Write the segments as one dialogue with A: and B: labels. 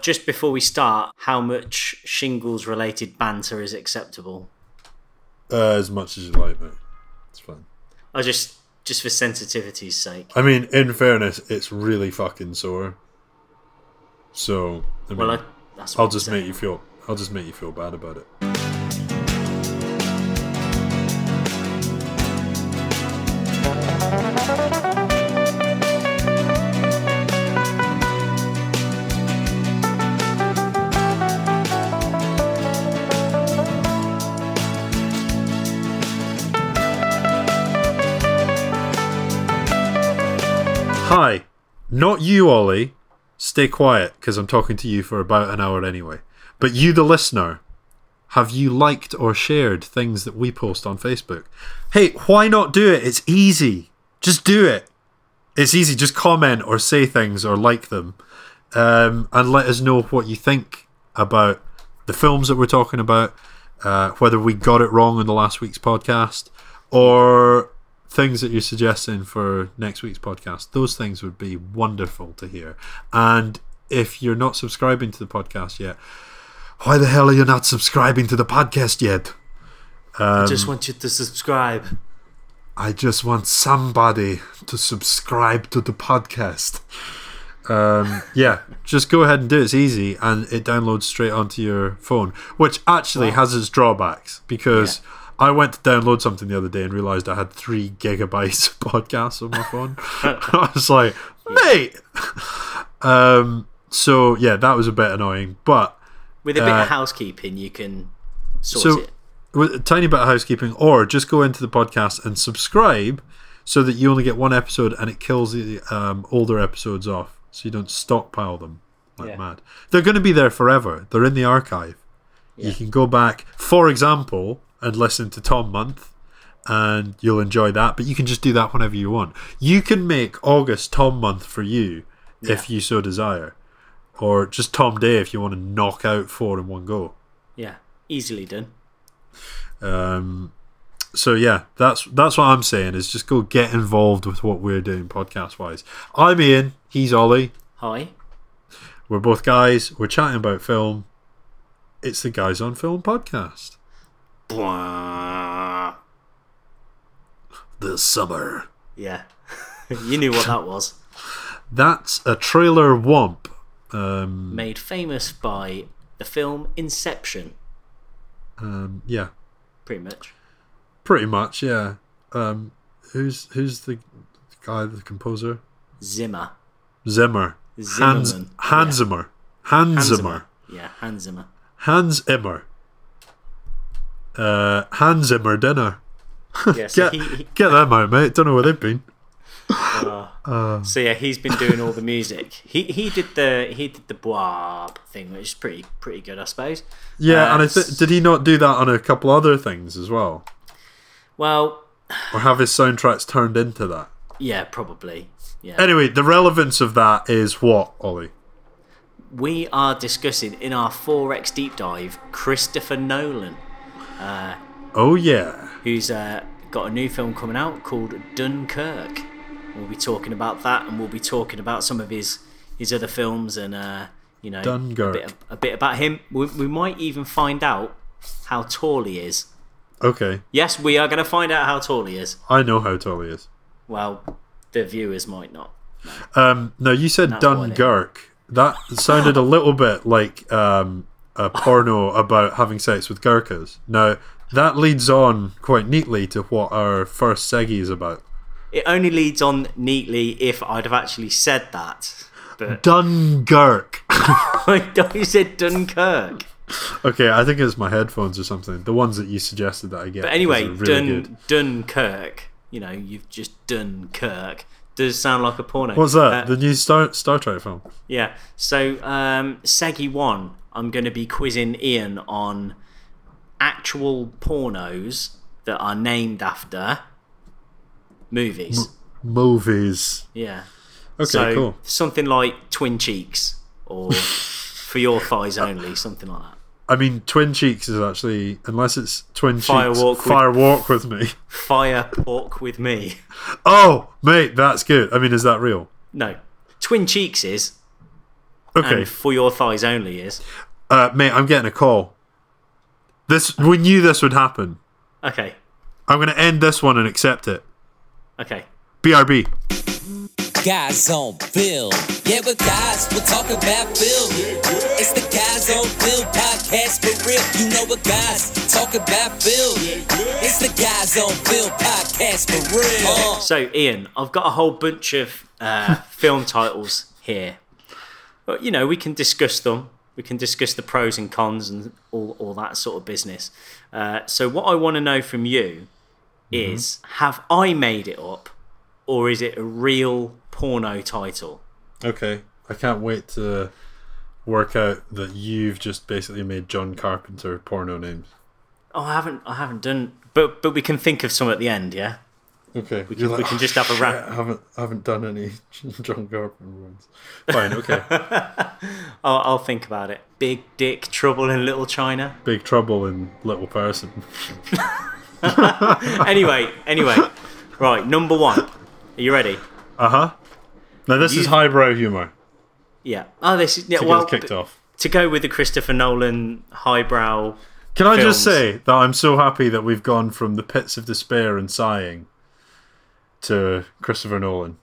A: Just before we start, how much shingles related banter is acceptable?
B: Uh, as much as you like, mate. It's fine.
A: I just just for sensitivity's sake.
B: I mean, in fairness, it's really fucking sore. So, I mean,
A: Well, I, that's what
B: I'll
A: I'm
B: Oh, just
A: saying.
B: make you feel. I'll just make you feel bad about it. Hi, not you, Ollie. Stay quiet, because I'm talking to you for about an hour anyway. But you, the listener, have you liked or shared things that we post on Facebook? Hey, why not do it? It's easy. Just do it. It's easy. Just comment or say things or like them. Um, and let us know what you think about the films that we're talking about, uh, whether we got it wrong in the last week's podcast, or things that you're suggesting for next week's podcast. Those things would be wonderful to hear. And if you're not subscribing to the podcast yet, why the hell are you not subscribing to the podcast yet?
A: I
B: Um,
A: just want you to subscribe.
B: I just want somebody to subscribe to the podcast. Um, yeah, just go ahead and do it. It's easy and it downloads straight onto your phone, which actually has its drawbacks because I went to download something the other day and realized I had three gigabytes of podcasts on my phone. I was like, mate. Um, so, yeah, that was a bit annoying, but
A: With a bit
B: Uh,
A: of housekeeping, you can sort
B: so-
A: it.
B: with a tiny bit of housekeeping, or just go into the podcast and subscribe so that you only get one episode and it kills the um, older episodes off so you don't stockpile them like
A: Yeah.
B: mad. They're going to be there forever, they're in the archive. You can go back, for example, and listen to Tom Month and you'll enjoy that, but you can just do that whenever you want. You can make August Tom Month for you if you so desire. Or just Tom Day if you want to knock out four in one go.
A: Yeah, easily done.
B: Um, so yeah, that's that's what I'm saying is just go get involved with what we're doing podcast wise. I'm Ian, he's Ollie.
A: Hi.
B: We're both guys. We're chatting about film. It's the Guys on Film podcast.
A: Blah.
B: The summer.
A: Yeah, you knew what that was.
B: That's a trailer womp. Um,
A: Made famous by the film Inception,
B: um, yeah,
A: pretty much.
B: pretty much. Yeah. Um, who's who's the guy, the composer?
A: Zimmer.
B: Zimmer. Hans
A: Zimmerman.
B: Hans Zimmer. Hans Zimmer.
A: Yeah, Hans Zimmer.
B: Hans Immer. Uh, Hans Immer dinner.
A: Yeah, so,
B: Get,
A: he, he-
B: get them out, mate. Don't know where they've been.
A: so yeah, he's been doing all the music. He he did the he did the boab thing, which is pretty pretty good, I suppose.
B: Yeah,
A: Uh,
B: and I th- did he not do that on a couple other things as well,
A: Well,
B: or have his soundtracks turned into that?
A: yeah, probably. Yeah.
B: Anyway, the relevance of that is what, Ollie?
A: we are discussing in our 4x deep dive Christopher Nolan,
B: Oh yeah,
A: who's uh, got a new film coming out called Dunkirk. We'll be talking about that, and we'll be talking about some of his his other films, and uh, you know, a
B: Dunkirk.
A: bit, a bit about him. We, we might even find out how tall he is.
B: Okay,
A: Yes, we are going to find out how tall he is.
B: I know how tall he is.
A: Well, the viewers might not.
B: Um, no, you said
A: That's what it-
B: Dunkirk. That sounded a little bit like um, a porno about having sex with Gurkhas. Now, that leads on quite neatly to what our first segi is about.
A: It only leads on neatly if I'd have actually said that. But
B: Dunkirk.
A: I thought you said Dunkirk.
B: okay, I think it's my headphones or something. The ones that you suggested that I get.
A: But anyway,
B: really good.
A: Dun Dunkirk. You know, you've just Dunkirk. Does sound like a porno.
B: What's that?
A: Uh,
B: the new Star Star Trek film.
A: yeah. So, um, Segi One, I'm going to be quizzing Ian on actual pornos that are named after movies.
B: Movies.
A: Yeah.
B: Okay,
A: So
B: cool.
A: something like Twin Cheeks or For Your Thighs Only, something like that.
B: I mean, Twin Cheeks is actually unless it's Twin
A: Fire
B: Cheeks.
A: Walk with-
B: Fire Walk with me.
A: Fire Pork with Me.
B: Oh, mate, that's good. I mean, is that real?
A: No. Twin Cheeks is
B: Okay.
A: and for your thighs only is.
B: Uh, mate, I'm getting a call. This we knew this would happen.
A: Okay.
B: I'm gonna end this one and accept it.
A: Okay.
B: BRB.
C: Guys on Bill. Yeah, we're guys, we're talking about Bill. It's the Guys on Bill podcast for real. You know what guys talking about Bill. It's the Guys on Bill podcast for real. Uh.
A: So, Ian, I've got a whole bunch of uh, film titles here. But, you know, we can discuss them. We can discuss the pros and cons and all, all that sort of business. Uh, so, what I want to know from you is have I made it up or is it a real porno title?
B: Okay. I can't wait to work out that you've just basically made John Carpenter porno names.
A: Oh, I haven't, I haven't done, but but we can think of some at the end, yeah.
B: Okay. We
A: can- we can just have a rant."
B: I haven't I haven't done any John Carpenter ones. Fine, okay.
A: I'll, I'll think about it. Big Dick Trouble in Little China.
B: Big trouble in Little Person.
A: Anyway, anyway, right, number one. Are you ready?
B: Uh-huh. Now this is
A: You-
B: highbrow humor.
A: Yeah. Oh, this is yeah.
B: It
A: well,
B: gets kicked
A: b-
B: off.
A: to go with the Christopher Nolan highbrow.
B: Can I just
A: films.
B: say that I'm so happy that we've gone from the pits of despair and sighing to Christopher Nolan.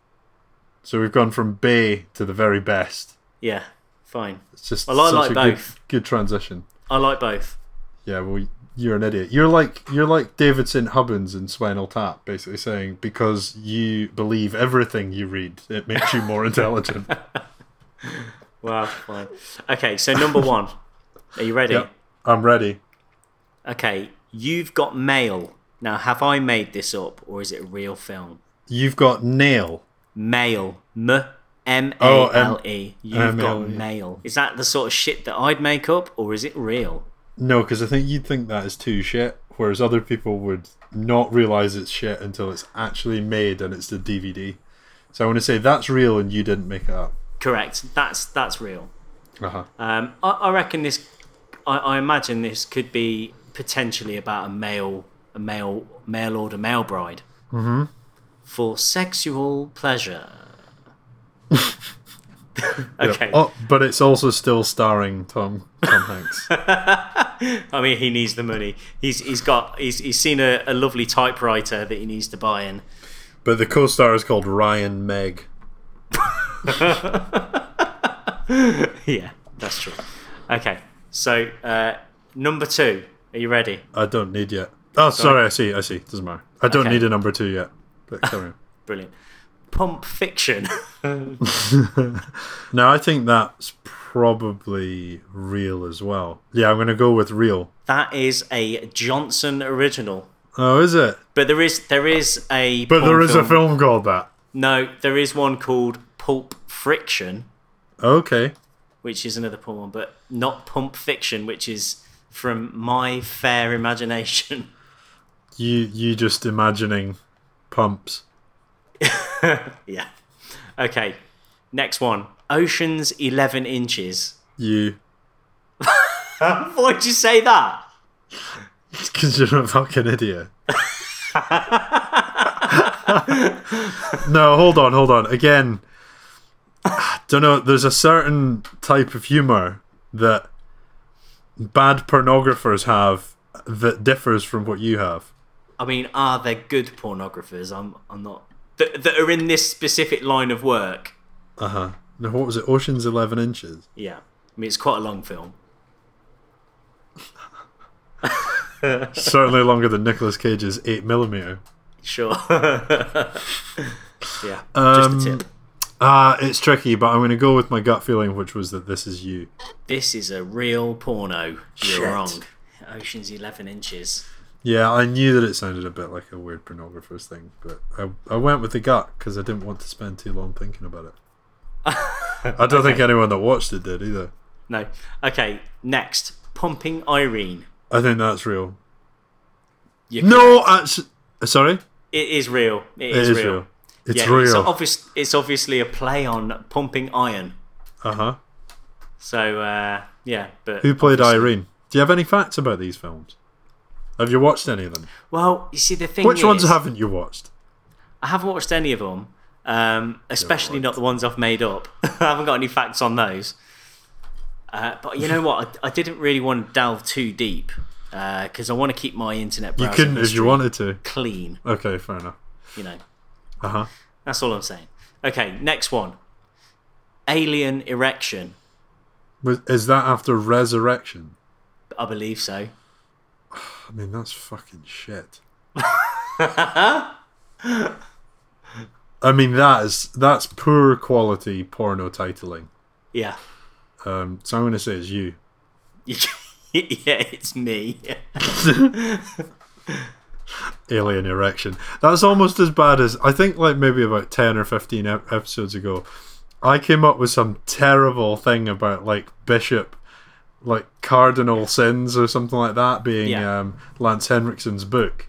B: So we've gone from Bay to the very best.
A: Yeah, fine.
B: It's just
A: Well, I
B: such
A: like
B: a good,
A: both.
B: good transition.
A: I like both.
B: Yeah, well, you're an idiot. You're like you're like David St Hubbins in Spinal Tap, basically saying because you believe everything you read, it makes you more intelligent.
A: Wow, fine. Okay, so number one. Are you ready?
B: Yep, I'm ready.
A: Okay, you've got mail. Now, have I made this up or is it a real film?
B: You've got nail.
A: Mail. M M
B: Oh,
A: A
B: M-
A: L E. You've got
B: M-A-L-E.
A: mail. Is that the sort of shit that I'd make up or is it real?
B: No, because I think you'd think that is too shit, whereas other people would not realize it's shit until it's actually made and it's the DVD. So I want to say that's real and you didn't make it up.
A: Correct. That's that's real.
B: Uh-huh.
A: Um, I, I reckon this. I, I imagine this could be potentially about a male, a male, male order male bride for sexual pleasure. okay.
B: Oh, but it's also still starring Tom Tom Hanks.
A: I mean, he needs the money. He's he's got he's he's seen a, a lovely typewriter that he needs to buy in.
B: but the co-star is called Ryan Meg.
A: yeah, that's true. Okay. So uh, number two. Are you ready?
B: I don't need yet. Oh, sorry. I see. I see. Doesn't matter. I don't
A: Okay.
B: need a number two yet. But carry on.
A: Brilliant. Pump Fiction.
B: now I think that's probably real as well. Yeah, I'm gonna go with real.
A: that is a Johnson original.
B: Oh, is it?
A: But there is there is a
B: But
A: porn
B: there is a film called that.
A: No, there is one called Pulp Friction,
B: Okay.
A: which is another porn one, but not Pump Fiction, which is from my fair imagination.
B: You you just imagining pumps.
A: yeah. Okay. Next one. Oceans eleven inches.
B: You
A: Why'd you say that?
B: because you're a fucking idiot. no, hold on, hold on. Again, don't know. There's a certain type of humor that bad pornographers have that differs from what you have.
A: I mean, are there good pornographers? I'm I'm not that, that are in this specific line of work.
B: Uh huh. Now, what was it? Ocean's Eleven Inches.
A: Yeah. I mean it's quite a long film.
B: Certainly longer than Nicolas Cage's Eight Millimeter.
A: Sure. yeah.
B: Um,
A: just a tip.
B: Ah, it's tricky, but I'm going to go with my gut feeling, which was that this is you.
A: This is a real porno. You're
B: Shit.
A: wrong. Ocean's 11 inches.
B: Yeah, I knew that it sounded a bit like a weird pornographer's thing, but I, I went with the gut because I didn't want to spend too long thinking about it. I don't think anyone that watched it did either.
A: No. Okay, next. Pumping Irene.
B: I think that's real.
A: You-
B: No, actually, sorry,
A: It is real. It
B: it
A: is,
B: is
A: real.
B: real. It's
A: yeah, It's,
B: real.
A: obvious, it's obviously a play on Pumping Iron.
B: Uh huh.
A: So, uh, yeah, but.
B: Who played Irene? Do you have any facts about these films? Have you watched any of them?
A: Well, you see, the thing
B: Which ones
A: is,
B: haven't you watched?
A: I haven't watched any of them, um, especially not the ones I've made up. I haven't got any facts on those. Uh, but you know what? I, I didn't really want to delve too deep because I want to keep my internet
B: You
A: browser
B: couldn't if you
A: history
B: wanted to.
A: clean.
B: Okay, fair enough.
A: You know,
B: Uh huh.
A: that's all I'm saying. Okay, next one. Alien erection.
B: Is that after resurrection?
A: I believe so.
B: I mean, that's fucking shit. I mean, that is that's poor quality porno titling.
A: Yeah.
B: Um, so I'm going to say it's you.
A: yeah, it's me.
B: Alien Erection. That's almost as bad as I think, like maybe about ten or fifteen ep- episodes ago, I came up with some terrible thing about like bishop, like cardinal sins or something like that being
A: Yeah.
B: um, Lance Henriksen's book,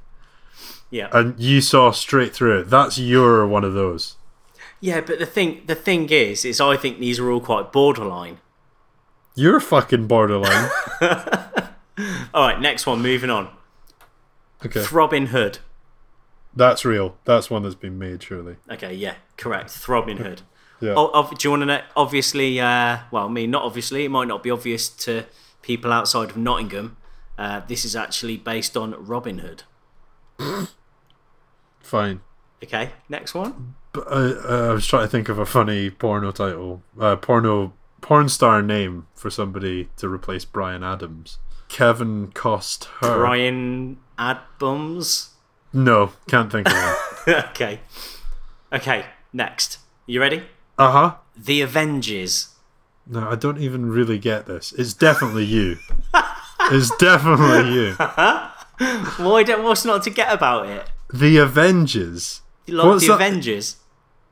A: Yeah.
B: and you saw straight through it. That's your one of those.
A: yeah, but the thing the thing is, is I think these are all quite borderline.
B: You're fucking borderline.
A: All right, next one. Moving on.
B: Okay,
A: Throbbing Hood.
B: that's real. That's one that's been made surely.
A: Okay, yeah, correct. Throbbing Hood.
B: Yeah.
A: Oh, ob- do you want to know? Obviously, uh, well, I mean, not obviously. It might not be obvious to people outside of Nottingham. Uh, this is actually based on Robin Hood.
B: Fine.
A: Okay, next one.
B: But, uh, uh, I was trying to think of a funny porno title, uh, porno porn star name for somebody to replace Brian Adams. Kevin cost her.
A: Brian Adbums.
B: No, can't think of one.
A: okay, okay. Next, you ready?
B: uh huh.
A: The Avengers.
B: No, I don't even really get this. It's definitely you. it's definitely you.
A: Why don't? What's not to get about it?
B: The Avengers.
A: Like
B: What's
A: the
B: that-
A: Avengers.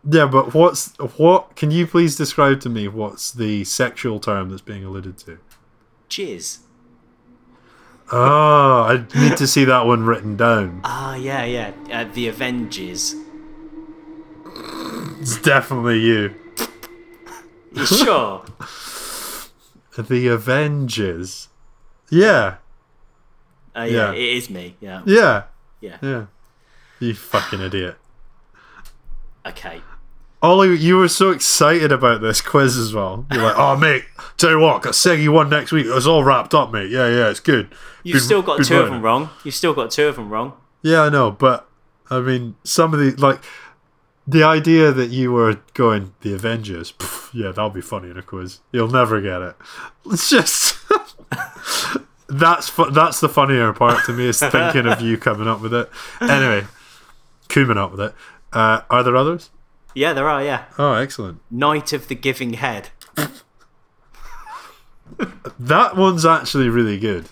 B: Yeah, but what's what? Can you please describe to me what's the sexual term that's being alluded to?
A: Jizz.
B: Oh, I need to see that one written down.
A: Ah, yeah, yeah. Uh, the Avengers.
B: It's definitely you.
A: You sure?
B: The Avengers. Yeah,
A: Uh, yeah,
B: Yeah.
A: it is me. Yeah,
B: yeah,
A: yeah.
B: yeah. You fucking idiot.
A: Okay.
B: Ollie, you were so excited about this quiz as well. You're like, oh, mate, tell you what, got Segi one next week. It's all wrapped up, mate. Yeah, yeah, it's good.
A: You've
B: Been-
A: still got
B: been
A: two of
B: writing
A: them
B: it."
A: wrong. You've still got two of them wrong.
B: Yeah, I know, but I mean, some of the, like, the idea that you were going, the Avengers, pff, yeah, that'll be funny in a quiz. You'll never get it. It's just. that's fu- that's the funnier part to me is thinking of you coming up with it. Anyway, coming up with it. Uh, are there others?
A: Yeah, there are. Yeah,
B: Oh, excellent.
A: Knight of the Giving Head.
B: That one's actually really good.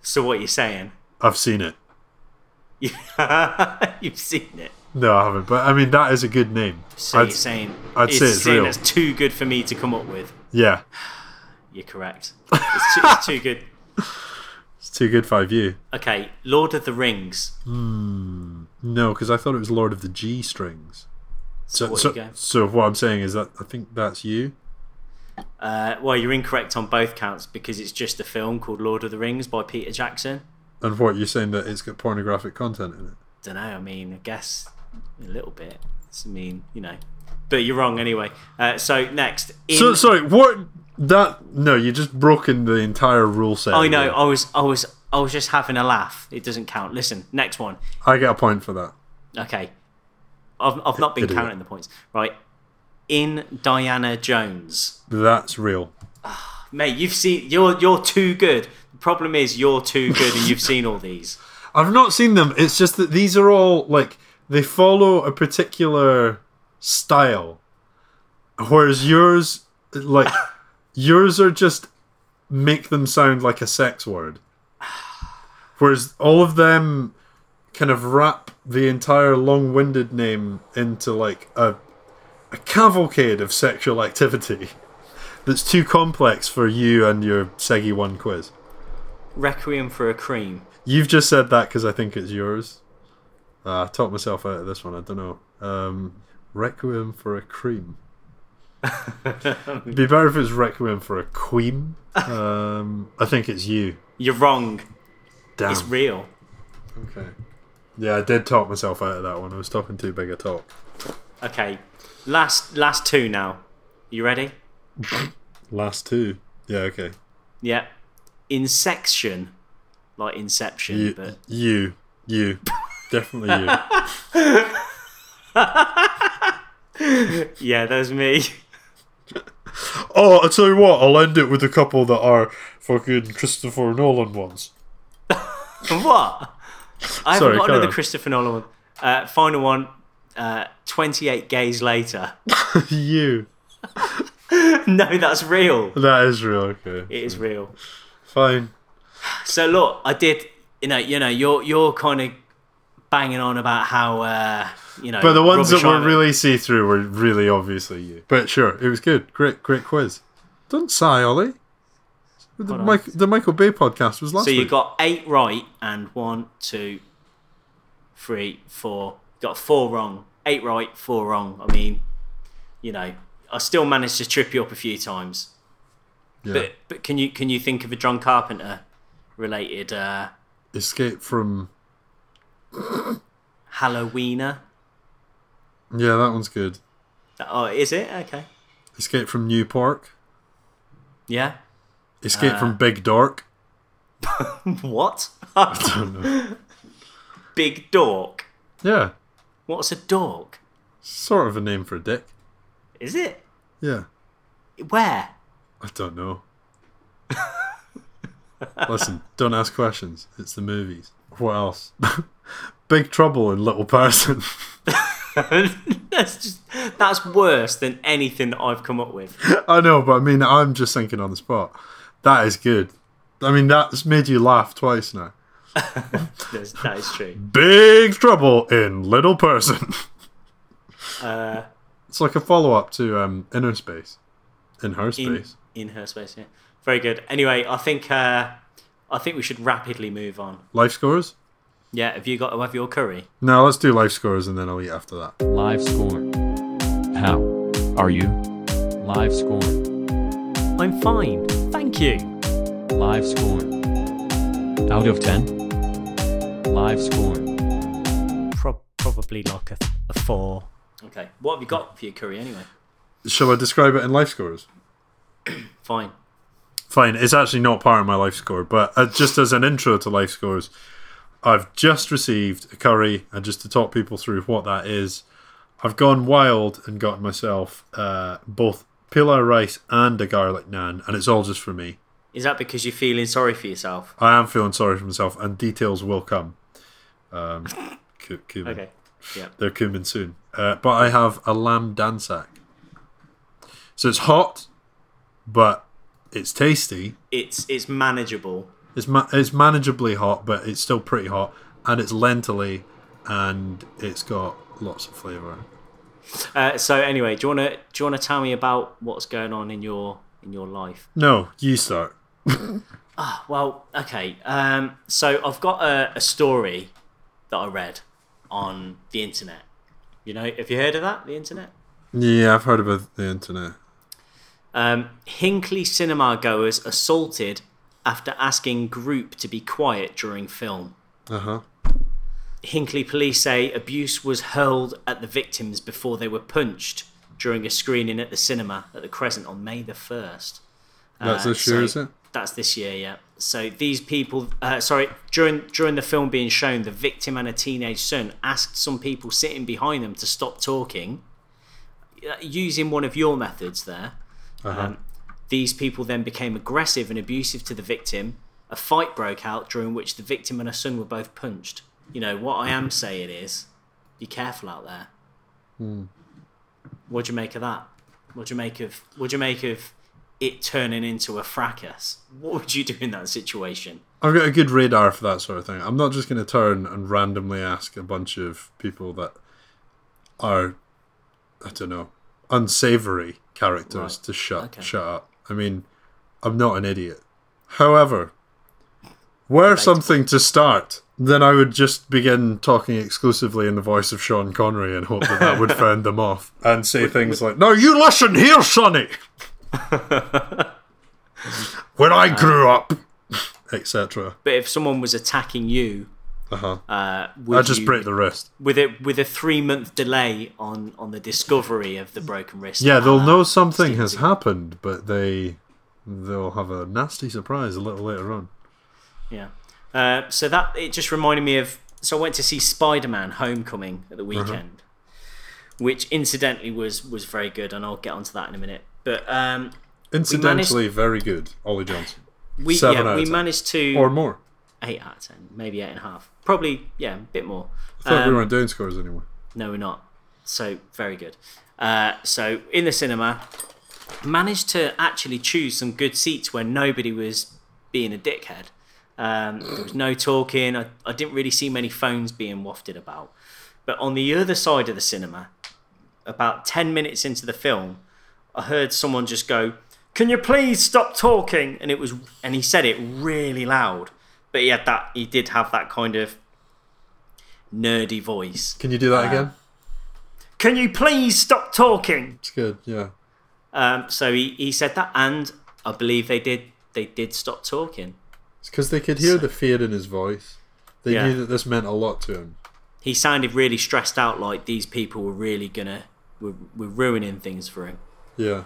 A: So what you're saying?
B: I've seen it.
A: You've seen it.
B: No, I haven't. But I mean, that is a good name.
A: So
B: I'd-
A: you're saying
B: I'd
A: it's
B: say it's
A: saying
B: real.
A: that's too good for me to come up with.
B: yeah,
A: You're correct. It's too, it's too good.
B: it's too good for you.
A: Okay, Lord of the Rings.
B: No, because I thought it was Lord of the G Strings. So,
A: what you
B: so,
A: go.
B: so what I'm saying is that I think that's you.
A: Uh, well, you're incorrect on both counts because it's just a film called Lord of the Rings by Peter Jackson.
B: And what you're saying that it's got pornographic content in it.
A: Don't know. I mean, I guess a little bit. It's- I mean, you know, but you're wrong anyway. Uh, so next, in
B: So sorry, what that? No, you just broken the entire rule set.
A: I know. I was, I was, I was just having a laugh. It doesn't count. Listen, next one.
B: I get a point for that.
A: Okay, I've, I've not been
B: Idiot.
A: counting the points. Right, in Diana Jones,
B: That's real.
A: mate. You've seen. You're you're too good. The problem is you're too good, and you've seen all these.
B: I've not seen them. It's just that these are all like they follow a particular style, whereas yours, like yours, are just make them sound like a sex word. Whereas all of them kind of wrap the entire long-winded name into like a a cavalcade of sexual activity that's too complex for you and your Segi One quiz.
A: Requiem for a Cream.
B: You've just said that because I think it's yours. Uh, I taught myself out of this one. I don't know. Um, Requiem for a cream. Be better if it's Requiem for a queen. Um, I think it's you.
A: You're wrong.
B: Damn.
A: It's real.
B: okay. Yeah, I did talk myself out of that one. I was talking too big a talk.
A: Okay, last last two now. You ready?
B: Last two. Yeah, okay.
A: Yeah. Insection. Like Inception,
B: You,
A: but
B: you, you, definitely you.
A: yeah, that was me.
B: Oh, I tell you what, I'll end it with a couple that are fucking Christopher Nolan ones.
A: what? I
B: Sorry,
A: haven't got
B: carry
A: another
B: on.
A: Christopher Nolan one. Uh, final one. Uh, 28 gays later.
B: you.
A: no, that's real.
B: That is real. Okay.
A: It is real.
B: Fine.
A: So look, I did. You know, you know, you're you're kind of banging on about how uh, you know,
B: But the ones that
A: rubbish
B: were
A: Island-
B: really see through were really obviously you. But sure, it was good. Great, great quiz. Don't sigh, Ollie. The,
A: on.
B: Mike, the Michael Bay podcast was last
A: So you
B: week.
A: got eight right and one, two, three, four. Got four wrong. Eight right, four wrong. I mean, you know, I still managed to trip you up a few times.
B: yeah.
A: But but can you can you think of a John Carpenter related uh,
B: Escape from.
A: Halloweener?
B: Yeah, that one's good.
A: Oh, is it okay?
B: Escape from New Park.
A: Yeah.
B: Escape
A: Ah.
B: from Big Dork.
A: What?
B: Don't know.
A: Big dork.
B: yeah,
A: What's a dork?
B: sort of a name for a dick.
A: Is it?
B: Yeah,
A: Where?
B: I don't know. Listen, don't ask questions. It's the movies. What else? Big Trouble in Little Person.
A: that's just that's worse than anything that I've come up with.
B: I know, but I mean, I'm just thinking on the spot. That is good. I mean, that's made you laugh twice now.
A: That's, that is true.
B: Big Trouble in Little Person.
A: Uh,
B: it's like a follow up to um, Inner Space. In her
A: in,
B: space.
A: in her space, yeah. Very good. Anyway, I think uh, I think we should rapidly move on.
B: Life scores?
A: Yeah, have you got to have your curry?
B: No, let's do life scores and then I'll eat after that.
D: Live score. How are you? Live score.
A: I'm fine, thank you.
D: Live score. Out of 10. Live score.
E: prob- probably like a, a four.
A: Okay, what have you got for your curry anyway?
B: Shall I describe it in life scores?
A: Fine.
B: Fine, it's actually not part of my life score, but uh, just as an intro to life scores, I've just received a curry, and just to talk people through what that is, I've gone wild and gotten myself uh, both pilau rice and a garlic naan, and it's all just for me.
A: Is that because you're feeling sorry for yourself?
B: I am feeling sorry for myself, and details will come. Um, cu- cumin.
A: Okay. Yeah.
B: They're coming soon. Uh, but I have a lamb dansak. So it's hot, but it's tasty.
A: It's it's manageable.
B: It's ma- it's manageably hot, but it's still pretty hot, and it's lentily, and it's got lots of flavour.
A: Uh, so anyway, do you wanna do you wanna tell me about what's going on in your in your life?
B: No, you start.
A: Well, okay. Um, so I've got a, a story that I read on the internet. You know, have you heard of that? The internet.
B: Yeah, I've heard about the internet.
A: Um, Hinkley cinema goers assaulted after asking group to be quiet during film.
B: Uh huh.
A: Hinkley police say abuse was hurled at the victims before they were punched during a screening at the cinema at the Crescent on May the first.
B: That's
A: Uh,
B: this year,
A: so-
B: is it?
A: That's this year, yeah. So these people, uh, sorry, during during the film being shown, the victim and a teenage son asked some people sitting behind them to stop talking, uh, using one of your methods there.
B: Uh-huh.
A: Um, these people then became aggressive and abusive to the victim. A fight broke out during which the victim and her son were both punched. You know what I am saying is, be careful out there.
B: Hmm.
A: What'd you make of that? What'd you make of? What'd you make of? it turning into a fracas. What would you do in that situation?
B: I've got a good radar for that sort of thing. I'm not just going to turn and randomly ask a bunch of people that are, I don't know, unsavory characters
A: Right.
B: to shut
A: Okay.
B: shut up. I mean, I'm not an idiot. However, were something to start, then I would just begin talking exclusively in the voice of Sean Connery and hope that that would fend them off and say things like, "No, you listen here, Sonny." when I grew up, etc.
A: Uh, But if someone was attacking you
B: Uh-huh.
A: Uh, would
B: I just
A: you-
B: break the wrist.
A: with it with a three month delay on on the discovery of the broken wrist.
B: Yeah, they'll
A: Uh,
B: know something has
A: Steve-
B: happened, but they they'll have a nasty surprise a little later on.
A: Yeah. Uh, so that it just reminded me of. So I went to see Spider Man Homecoming at the
B: Uh-huh.
A: weekend, which incidentally was was very good, and I'll get onto that in a minute. But um,
B: Incidentally, very good, Ollie Johnson,
A: we
B: Seven out
A: yeah
B: of
A: we
B: ten.
A: managed to
B: or more.
A: eight out of ten, maybe eight and a half, probably yeah a bit more.
B: I thought
A: Um,
B: we weren't doing scores anymore.
A: No, we're not. So very good. Uh, so in the cinema, managed to actually choose some good seats where nobody was being a dickhead. Um, there was no talking. I, I didn't really see many phones being wafted about. But on the other side of the cinema, about ten minutes into the film, I heard someone just go, "Can you please stop talking?" And it was, and he said it really loud. But he had that. He did have that kind of nerdy voice.
B: Can you do
A: uh,
B: that again?
A: Can you please stop talking?
B: It's good. Yeah.
A: Um, so he, he said that, and I believe they did they did stop talking.
B: It's because they could hear the fear in his voice. They
A: Yeah.
B: knew that this meant a lot to him.
A: He sounded really stressed out, like these people were really gonna were, were ruining things for him.
B: Yeah.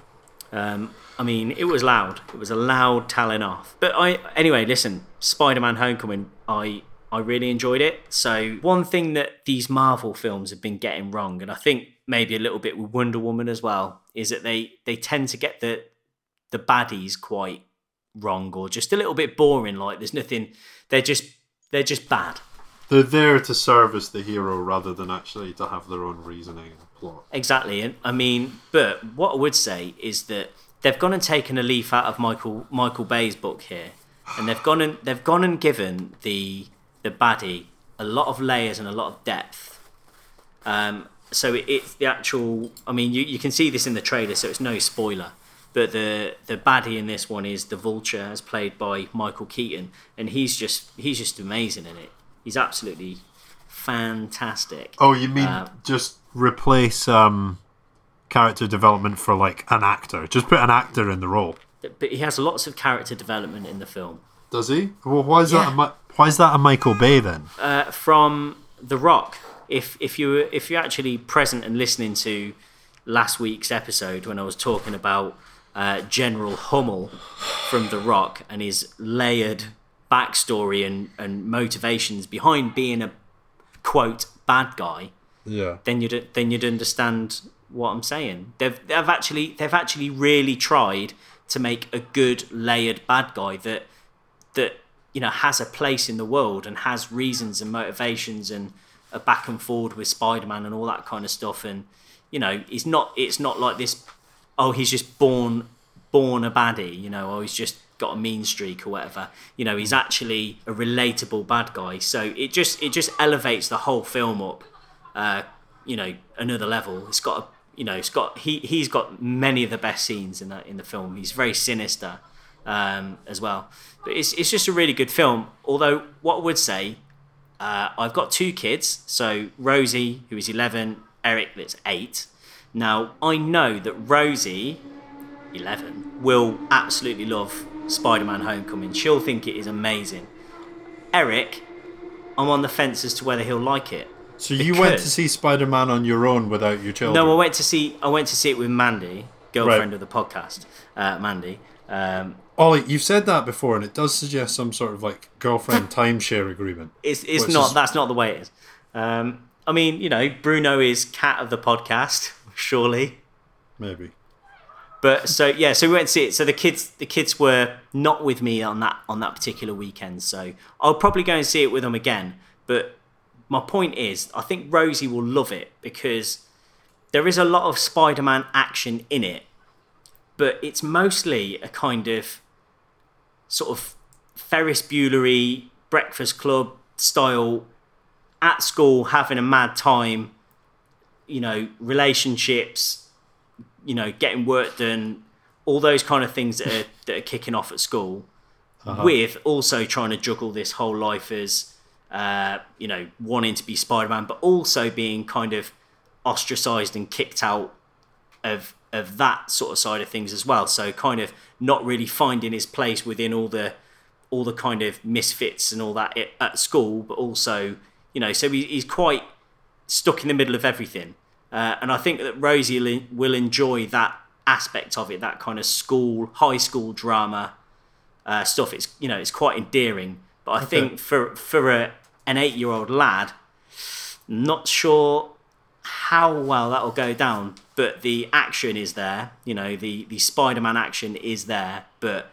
A: Um, I mean, it was loud. It was a loud telling off. But I anyway, listen, Spider-Man: Homecoming. I I really enjoyed it. So one thing that these Marvel films have been getting wrong, and I think maybe a little bit with Wonder Woman as well, is that they they tend to get the the baddies quite wrong or just a little bit boring. Like there's nothing. They're just they're just bad.
B: They're there to service the hero rather than actually to have their own reasoning and plot.
A: Exactly. And I mean, but what I would say is that they've gone and taken a leaf out of Michael Michael Bay's book here, and they've gone and they've gone and given the the baddie a lot of layers and a lot of depth. Um, so it, it's the actual. I mean, you, you can see this in the trailer, so it's no spoiler. But the the baddie in this one is the Vulture, as played by Michael Keaton, and he's just he's just amazing in it. He's absolutely fantastic.
B: Oh, you mean
A: Uh,
B: just replace um, character development for like an actor? Just put an actor in the role.
A: but he has lots of character development in the film.
B: Does he? Well, why is that?
A: Yeah.
B: A Mi- why is that a Michael Bay then?
A: Uh, from The Rock, if if you were- if you're actually present and listening to last week's episode when I was talking about uh, General Hummel from The Rock and his layered backstory and, and motivations behind being a quote bad guy,
B: yeah.
A: then you'd then you'd understand what I'm saying. They've they've actually they've actually really tried to make a good layered bad guy that that you know has a place in the world and has reasons and motivations and a back and forward with Spider-Man and all that kind of stuff. And you know, it's not it's not like this. Oh, he's just born born a baddie. You know, oh, he's just got a mean streak or whatever. You know, he's actually a relatable bad guy. So it just it just elevates the whole film up uh, you know another level. It's got a, you know it's got he he's got many of the best scenes in that in the film. He's very sinister um, as well. But it's it's just a really good film. Although what I would say, uh, I've got two kids. So Rosie, who is eleven, Eric, that's eight. Now I know that Rosie, eleven, will absolutely love Spider-Man: Homecoming. She'll think it is amazing. Eric, I'm on the fence as to whether he'll like it.
B: So you went to
A: Because-
B: see Spider Man on your own without your children?
A: No, I went to see. I went to see it with Mandy, girlfriend
B: Right.
A: of the podcast, uh, Mandy. Um,
B: Ollie, you've said that before, and it does suggest some sort of like girlfriend timeshare agreement.
A: it's it's
B: Which
A: not.
B: is-
A: That's not the way it is. Um, I mean, you know, Bruno is cat of the podcast, surely.
B: Maybe.
A: But so yeah, so we went to see it. So the kids, the kids were not with me on that on that particular weekend. So I'll probably go and see it with them again. But my point is, I think Rosie will love it because there is a lot of Spider-Man action in it, but it's mostly a kind of sort of Ferris Buellery Breakfast Club style at school having a mad time, you know, relationships, you know, getting work done, all those kind of things that are, that are kicking off at school, with also trying to juggle this whole life as, uh, you know, wanting to be Spider Man, but also being kind of ostracized and kicked out of of that sort of side of things as well. So kind of not really finding his place within all the all the kind of misfits and all that i- at school, but also, you know, so he, he's quite stuck in the middle of everything. Uh, and I think that Rosie li- will enjoy that aspect of it, that kind of school, high school drama uh, stuff. It's you know, it's quite endearing. But I think for for a, an eight year old lad, not sure how well that'll go down. But the action is there. You know, the the Spider Man action is there. But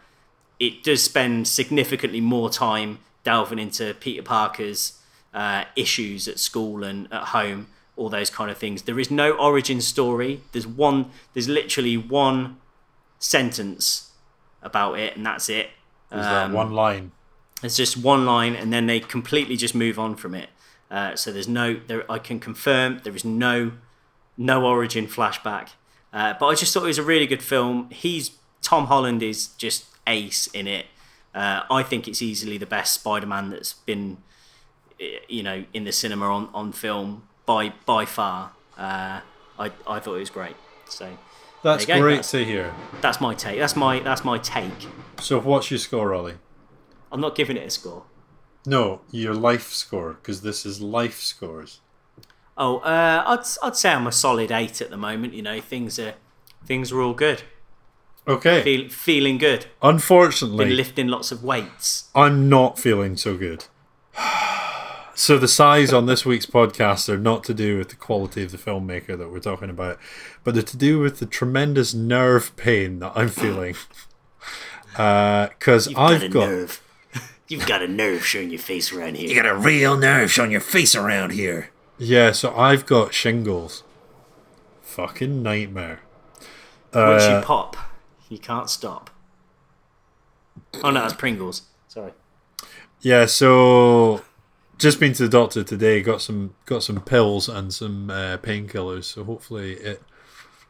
A: it does spend significantly more time delving into Peter Parker's uh, issues at school and at home, all those kind of things. There is no origin story. There's one. There's literally one sentence about it, and that's it.
B: There's
A: Um,
B: that one line.
A: It's just one line, and then they completely just move on from it. Uh, so there's no, there, I can confirm there is no, no origin flashback. Uh, but I just thought it was a really good film. He's Tom Holland is just ace in it. Uh, I think it's easily the best Spider-Man that's been, eh, you know, in the cinema on, on film by by far. Uh, I I thought it was great. So
B: That's
A: There you go.
B: great to hear.
A: that's my take. That's my that's my take.
B: So what's your score, Ollie?
A: I'm not giving it a score.
B: No, your life score, because this is life scores.
A: Oh, uh, I'd I'd say I'm a solid eight at the moment. You know, things are things are all good.
B: Okay.
A: Feel, feeling good. Been
B: Unfortunately,
A: lifting lots of weights.
B: I'm not feeling so good. So the size on this week's podcast are not to do with the quality of the filmmaker that we're talking about, but they're to do with the tremendous nerve pain that I'm feeling. Because I've got,
A: nerve. You've got a nerve showing your face around here.
F: got a real nerve showing your face around here.
B: yeah, so I've got shingles. Fucking nightmare.
A: Once
B: uh,
A: you pop, you can't stop. Oh no, that's Pringles. Sorry.
B: Yeah, so just been to the doctor today. Got some got some pills and some uh, painkillers. So hopefully it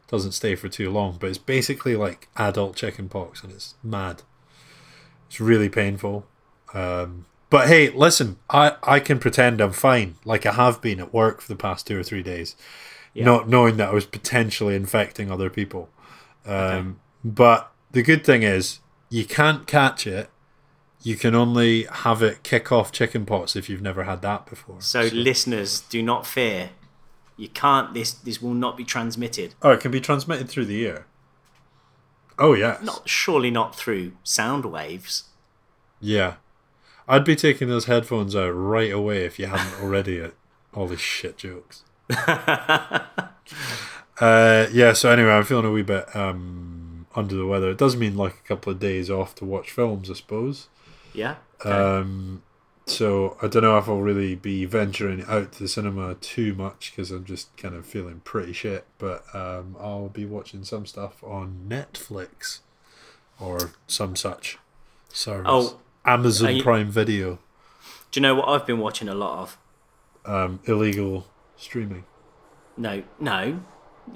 B: doesn't stay for too long. But it's basically like adult chickenpox, and it's mad. It's really painful. Um, but hey, listen, I I can pretend I'm fine, like I have been at work for the past two or three days, not knowing that I was potentially infecting other people. Um, But the good thing is you can't catch it you can only have it kick off chicken pots if you've never had that before.
A: So listeners, do not fear. You can't. This this will not be transmitted.
B: oh, it can be transmitted through the ear. Oh yes,
A: Not surely not through sound waves.
B: yeah. I'd be taking those headphones out right away if you haven't already. At all these shit jokes. uh, yeah. So anyway, I'm feeling a wee bit um, under the weather. It does mean like a couple of days off to watch films, I suppose.
A: Yeah.
B: Uh, So I don't know if I'll really be venturing out to the cinema too much because I'm just kind of feeling pretty shit. But um, I'll be watching some stuff on Netflix or some such service.
A: Oh, are
B: Amazon
A: you-
B: Prime Video,
A: Do you know what I've been watching a lot of?
B: um, illegal streaming.
A: No, no.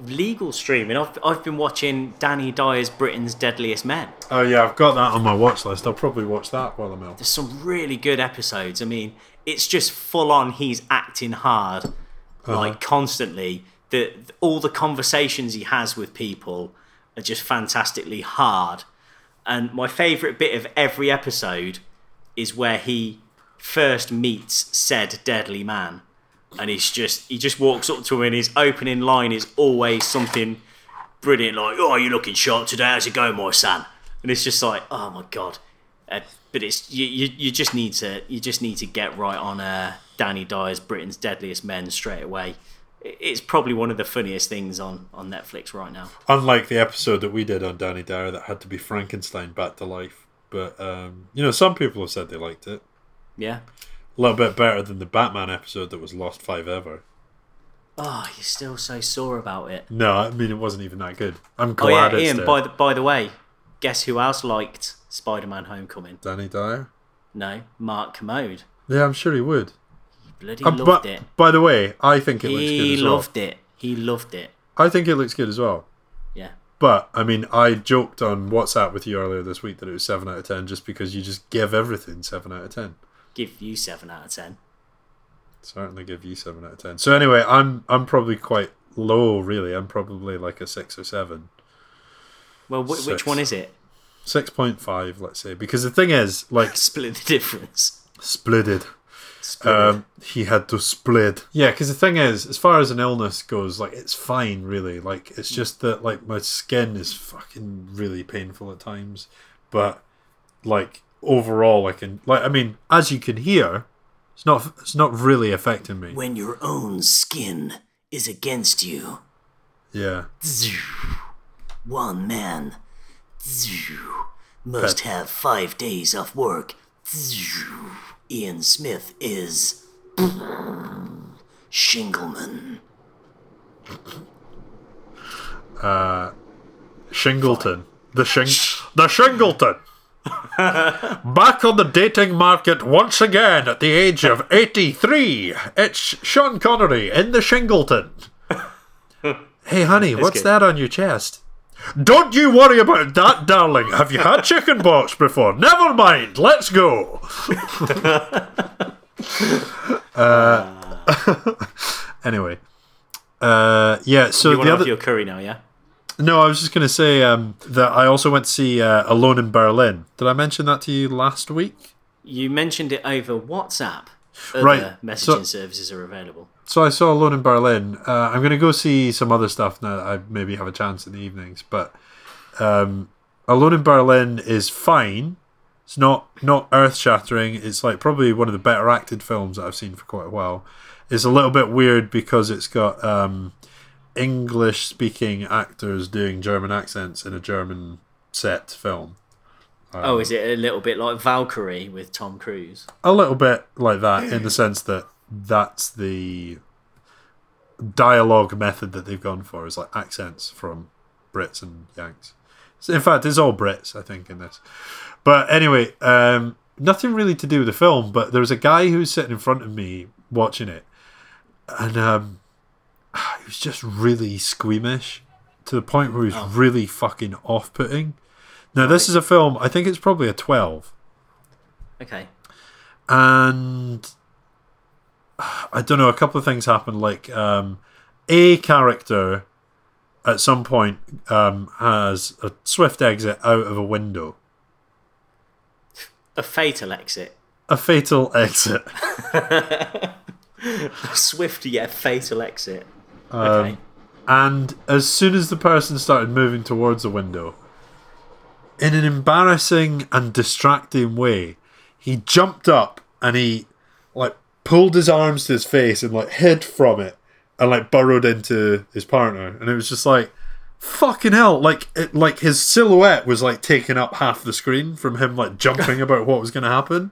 A: Legal streaming. I've, I've been watching Danny Dyer's Britain's Deadliest Men.
B: Oh yeah, I've got that on my watch list. I'll probably watch that while I'm out.
A: There's some really good episodes. I mean, it's just full on. He's acting hard, like constantly. The all the conversations he has with people are just fantastically hard. And my favourite bit of every episode is where he first meets said deadly man, and he's just he just walks up to him. and His opening line is always something brilliant, like "Oh, you looking sharp today? How's it going, my son?" And it's just like, "Oh my god!" Uh, but it's you, you you just need to you just need to get right on uh, Danny Dyer's Britain's Deadliest Men straight away. I- It's probably one of the funniest things on on Netflix right now.
B: Unlike the episode that we did on Danny Dyer that had to be Frankenstein back to life. But um, you know, some people have said they liked it.
A: Yeah.
B: A little bit better than the Batman episode that was Lost Five Ever.
A: Oh, you're still so sore about it.
B: No, I mean it wasn't even that good. I'm
A: Oh
B: glad
A: yeah,
B: it's
A: Ian.
B: there.
A: By the by the way, guess who else liked Spider-Man: Homecoming?
B: Danny Dyer.
A: No, Mark Commode.
B: Yeah, I'm sure he would.
A: He bloody
B: Uh,
A: loved
B: but
A: it.
B: by the way, I think it looks good
A: He
B: as
A: loved it. He loved it.
B: well. I think it looks good as well.
A: Yeah.
B: But I mean, I joked on WhatsApp with you earlier this week that it was seven out of ten, just because you just give everything seven out of ten.
A: Give you seven out of ten.
B: Certainly give you seven out of ten. So anyway, I'm I'm probably quite low, really. I'm probably like a six or seven.
A: Well, wh-
B: Six.
A: which one is it?
B: six point five, let's say, because the thing is, like
A: Split the difference.
B: splitted. Um, he had to split. Yeah, because the thing is, as far as an illness goes, like it's fine, really. Like it's just that, like my skin is fucking really painful at times, but like overall, I can like. I mean, as you can hear, it's not it's not really affecting me.
A: When your own skin is against you,
B: Yeah,
A: one man must have five days off work. Ian Smith is Shingleman.
B: Shingleton, the shing, the Shingleton. Back on the dating market once again at the age of 83. It's Sean Connery in the Shingleton. hey, honey, what's that on your chest? Don't you worry about that, darling. Have you had chicken pox before? Never mind. Let's go. uh, anyway. Uh, yeah, so
A: You want
B: the
A: to
B: other.
A: have your curry now, yeah?
B: No, I was just going to say um, that I also went to see uh, Alone in Berlin. Did I mention that to you last week?
A: You mentioned it over WhatsApp. Other
B: Right,
A: messaging
B: so-
A: services are available.
B: So I saw Alone in Berlin. Uh, I'm going to go see some other stuff now that I maybe have a chance in the evenings. But um, Alone in Berlin is fine. It's not not earth shattering. It's like probably one of the better acted films that I've seen for quite a while. It's a little bit weird because it's got um, English speaking actors doing German accents in a German set film.
A: oh, is it a little bit like Valkyrie with Tom Cruise?
B: a little bit like that in the sense that that's the dialogue method that they've gone for is like accents from Brits and Yanks. So in fact, it's all Brits, I think, in this. But anyway, um, nothing really to do with the film. But there was a guy who was sitting in front of me watching it, and um, he was just really squeamish to the point where he was really fucking off-putting. Now, this is a film. I think it's probably a twelve
A: Okay.
B: and I don't know. A couple of things happened. Like um, a character at some point um, has a swift exit out of a window,
A: A fatal exit.
B: a fatal exit.
A: Swift yet fatal exit.
B: Um,
A: Okay.
B: And as soon as the person started moving towards the window, in an embarrassing and distracting way, he jumped up and he like pulled his arms to his face and like hid from it and like burrowed into his partner. And it was just like fucking hell. Like it like his silhouette was like taking up half the screen from him like jumping about what was gonna happen.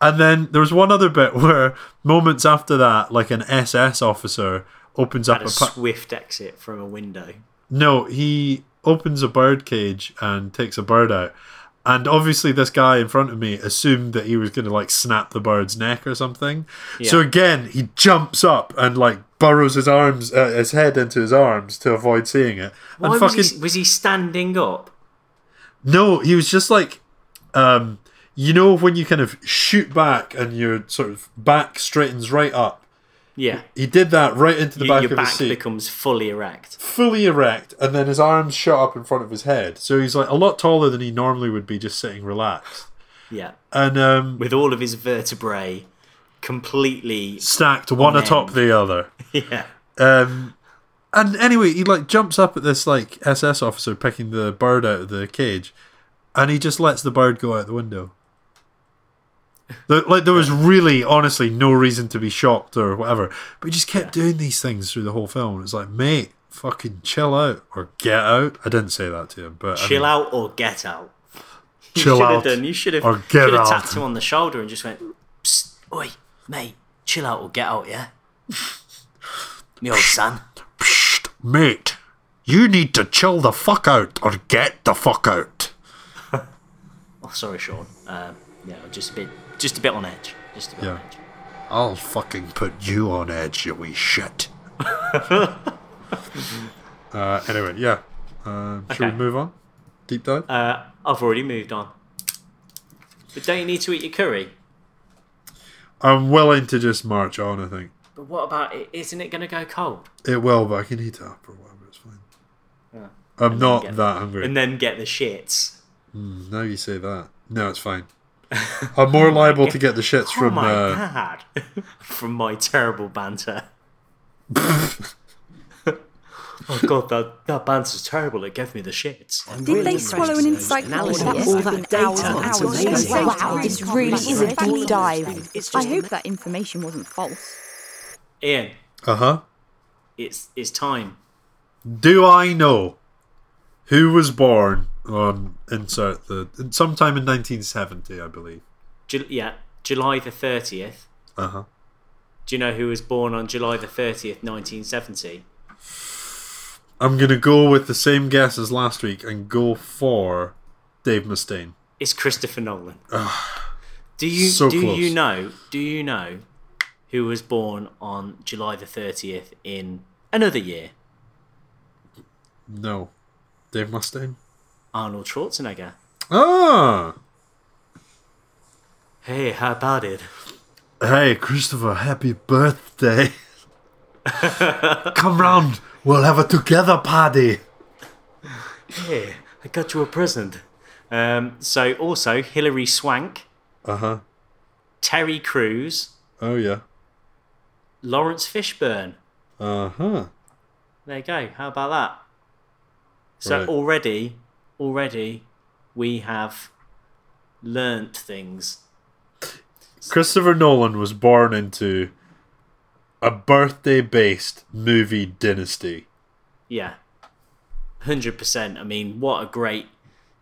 B: And then there was one other bit where moments after that, like an SS officer opens up
A: Had a
B: a pa-
A: swift exit from a window.
B: no, he opens a bird cage and takes a bird out. And obviously, this guy in front of me assumed that he was going to like snap the bird's neck or something. So again, he jumps up and like burrows his arms, uh, his head into his arms to avoid seeing it.
A: Why was,
B: and fucking
A: he, was he standing up?
B: no, he was just like, um, you know, when you kind of shoot back and your sort of back straightens right up.
A: Yeah.
B: He did that right into the
A: Y-
B: back
A: your
B: of his
A: back
B: seat.
A: becomes fully erect.
B: fully erect and then his arms shot up in front of his head. So he's like a lot taller than he normally would be just sitting relaxed.
A: Yeah.
B: And um
A: With all of his vertebrae completely.
B: stacked one
A: On end.
B: atop the other.
A: Yeah.
B: Um and anyway, he like jumps up at this like SS officer picking the bird out of the cage and he just lets the bird go out the window. The- Like there was really, honestly, no reason to be shocked or whatever, but he just kept doing these things through the whole film. It's like, mate, fucking chill out or get out. I didn't say that to him, but I mean-
A: Chill out or get out. You
B: Chill
A: should have
B: out
A: done. You should have,
B: or get
A: should have
B: out.
A: tapped him on the shoulder and just went, Psst, oi, mate, chill out or get out, yeah? Me old son.
B: mate, you need to chill the fuck out or get the fuck out.
A: Oh, sorry, Sean. Um, yeah, just a bit, just a bit on edge. Just a bit on
B: Yeah.
A: edge.
B: I'll fucking put you on edge, you wee shit. uh, anyway, yeah. Um, Should
A: Okay.
B: we move on? Deep dive?
A: I've already moved on. But don't you need to eat your curry?
B: I'm willing to just march on, I think.
A: But what about it? Isn't it going to go cold?
B: It will, Oh, but I can heat it up or whatever, it's fine. I'm not
A: get-
B: that hungry.
A: And then get the shits.
B: Now you say that. No, it's fine. I'm more liable to get the shits
A: oh
B: from
A: my
B: uh,
A: god! from my terrible banter. oh god, that that banter's terrible. It gave me the shits.
G: Did they swallow an encyclopedia?
H: All that data. That's amazing.
G: Wow, this really is a deep dive.
H: It's
G: I
H: just
G: hope that information wasn't false.
A: Ian,
B: Uh huh.
A: it's it's time.
B: Do I know who was born on insert the sometime in 1970, I believe.
A: Ju- yeah, July the thirtieth.
B: Uh huh.
A: Do you know who was born on July the thirtieth, nineteen seventy?
B: I'm gonna go with the same guess as last week and go for Dave Mustaine.
A: It's Christopher Nolan. do you
B: so
A: do
B: close.
A: you know? Do you know who was born on July the thirtieth in another year?
B: No, Dave Mustaine.
A: Arnold Schwarzenegger.
B: Ah,
A: Hey, how about it?
B: hey Christopher, happy birthday! Come round, we'll have a together party.
A: Hey, I got you a present. Um, so also Hilary Swank,
B: Uh huh.
A: Terry Crews,
B: Oh yeah.
A: Lawrence Fishburne.
B: Uh huh.
A: There you go. How about that? So
B: Right.
A: already, already, we have learnt things.
B: Christopher Nolan was born into a birthday-based movie dynasty.
A: Yeah, hundred percent. I mean, what a great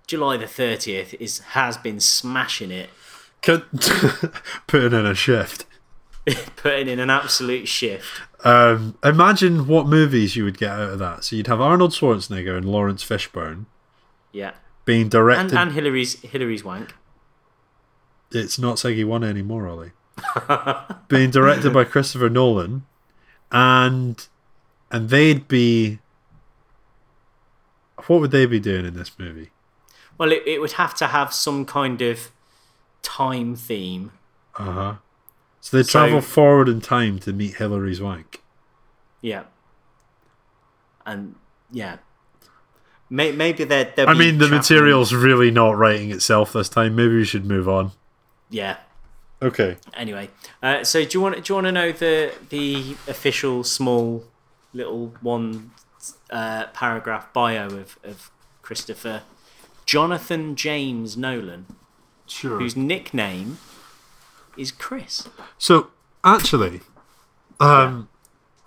A: July the thirtieth is has been smashing it,
B: Could- Putting in a shift.
A: putting in an absolute shift.
B: Um, imagine what movies you would get out of that. So you'd have Arnold Schwarzenegger and Lawrence Fishburne
A: Yeah,
B: being directed.
A: and and Hillary's Hillary's wank.
B: it's not Seggy One anymore, Ollie. being directed by Christopher Nolan, and and they'd be. What would they be doing in this movie?
A: Well, it, it would have to have some kind of time theme.
B: Uh huh. So they
A: So-
B: travel forward in time to meet Hillary's wank.
A: Yeah, and yeah, May, maybe they're. they'll
B: I
A: be
B: mean, the
A: travelling-
B: material's really not writing itself this time. Maybe we should move on.
A: Yeah.
B: Okay.
A: Anyway, uh, so do you want do you want to know the the official small little one uh, paragraph bio of, of Christopher Jonathan James Nolan,
B: Sure.
A: whose nickname is Chris?
B: So actually, um,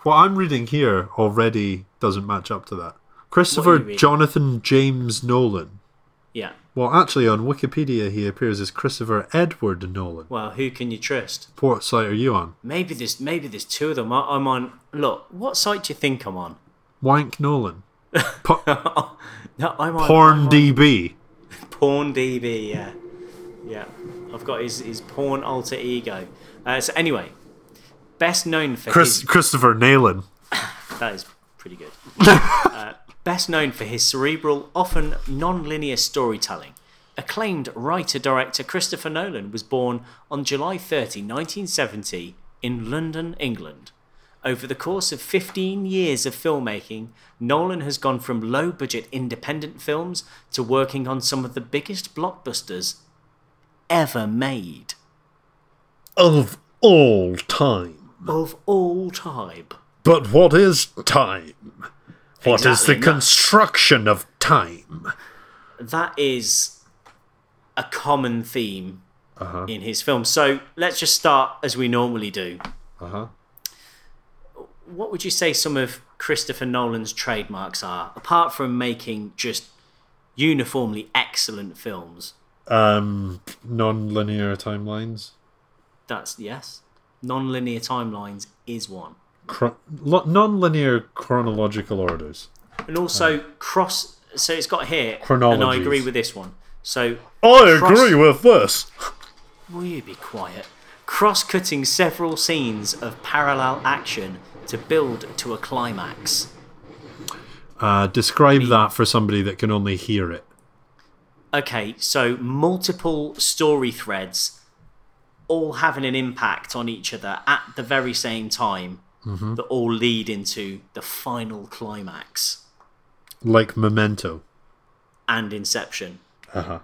B: what I'm reading here already doesn't match up to that. Christopher
A: reading?
B: Jonathan James Nolan.
A: Yeah.
B: Well, actually, on Wikipedia he appears as Christopher Edward Nolan.
A: Well, who can you trust?
B: What site are you on?
A: Maybe there's maybe there's two of them. I, I'm on. Look, what site do you think I'm on?
B: Wank Nolan. Po-
A: No, I'm on
B: Porn DB.
A: Porn DB, yeah. Yeah. I've got his, his porn alter ego. Uh, so, anyway, best known for
B: Chris-
A: his.
B: Christopher Nolan.
A: That is pretty good. uh, best known for his cerebral, often non linear storytelling. Acclaimed writer director Christopher Nolan was born on July 30, 1970, in London, England. Over the course of 15 years of filmmaking, Nolan has gone from low budget independent films to working on some of the biggest blockbusters ever made
B: Of all time.
A: of all time.
B: But what is time? What is
A: Exactly,
B: the
A: no.
B: construction of time?
A: that is a common theme
B: Uh-huh.
A: in his films. So let's just start as we normally do.
B: Uh-huh.
A: What would you say some of Christopher Nolan's trademarks are, apart from making just uniformly excellent films?
B: Um, non-linear timelines.
A: That's yes. Non-linear timelines is one,
B: Chro- lo- non-linear chronological orders.
A: and also cross. So it's got here, and I
B: Uh-huh. Chronologies.
A: agree with this one. So
B: I
A: Cross-
B: agree with this.
A: Will you be quiet? Cross cutting several scenes of parallel action to build to a climax.
B: Uh, describe that for somebody that can only hear it.
A: Okay, so multiple story threads all having an impact on each other at the very same time
B: Mm-hmm.
A: that all lead into the final climax
B: Like Memento.
A: and Inception.
B: Uh huh.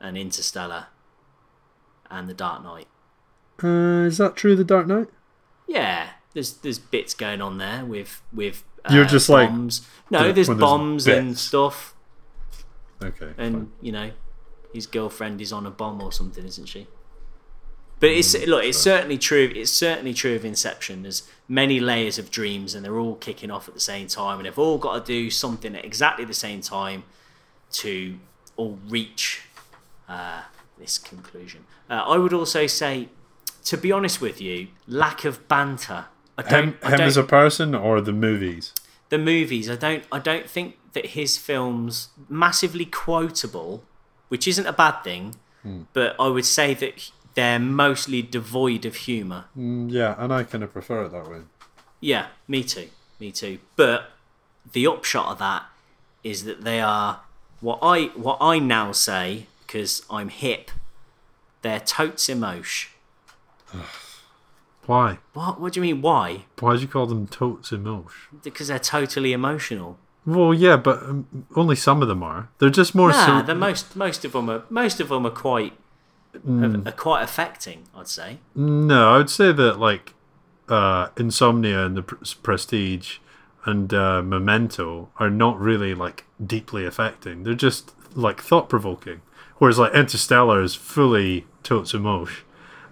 A: and Interstellar and The Dark Knight.
B: Uh, is that true? The Dark Knight.
A: Yeah, there's there's bits going on there with with uh,
B: You're just like,
A: bombs. no,
B: the-
A: there's
B: when there's
A: bombs and
B: bits.
A: stuff,
B: Okay.
A: and
B: fine.
A: you know, his girlfriend is on a bomb or something, isn't she? But it's
B: Mm,
A: look, it's certainly true. It's certainly true of Inception. There's many layers of dreams, and they're all kicking off at the same time, and they've all got to do something at exactly the same time to all reach uh, this conclusion. Uh, I would also say, to be honest with you, lack of banter. I don't,
B: Him,
A: I
B: him
A: don't-
B: as a person or the movies?
A: the movies. I don't I don't think that his films massively quotable, which isn't a bad thing, but I would say that they're mostly devoid of humour.
B: Mm, yeah, and I kind of prefer it that way.
A: Yeah, me too, me too. But the upshot of that is that they are what I what I now say because I'm hip. They're totes emosh.
B: Why?
A: What? What do you mean? Why?
B: Why do you call them totes emosh?
A: Because they're totally emotional.
B: Well, yeah, but um, only some of them are. They're just more.
A: Nah,
B: so-
A: Ah, the most most of them are most of them are quite
B: Hmm.
A: are, are quite affecting. I'd say.
B: No, I would say that like uh, Insomnia and the Pr- Prestige and uh, Memento are not really like deeply affecting. They're just like thought provoking. Whereas like Interstellar is fully totes emosh.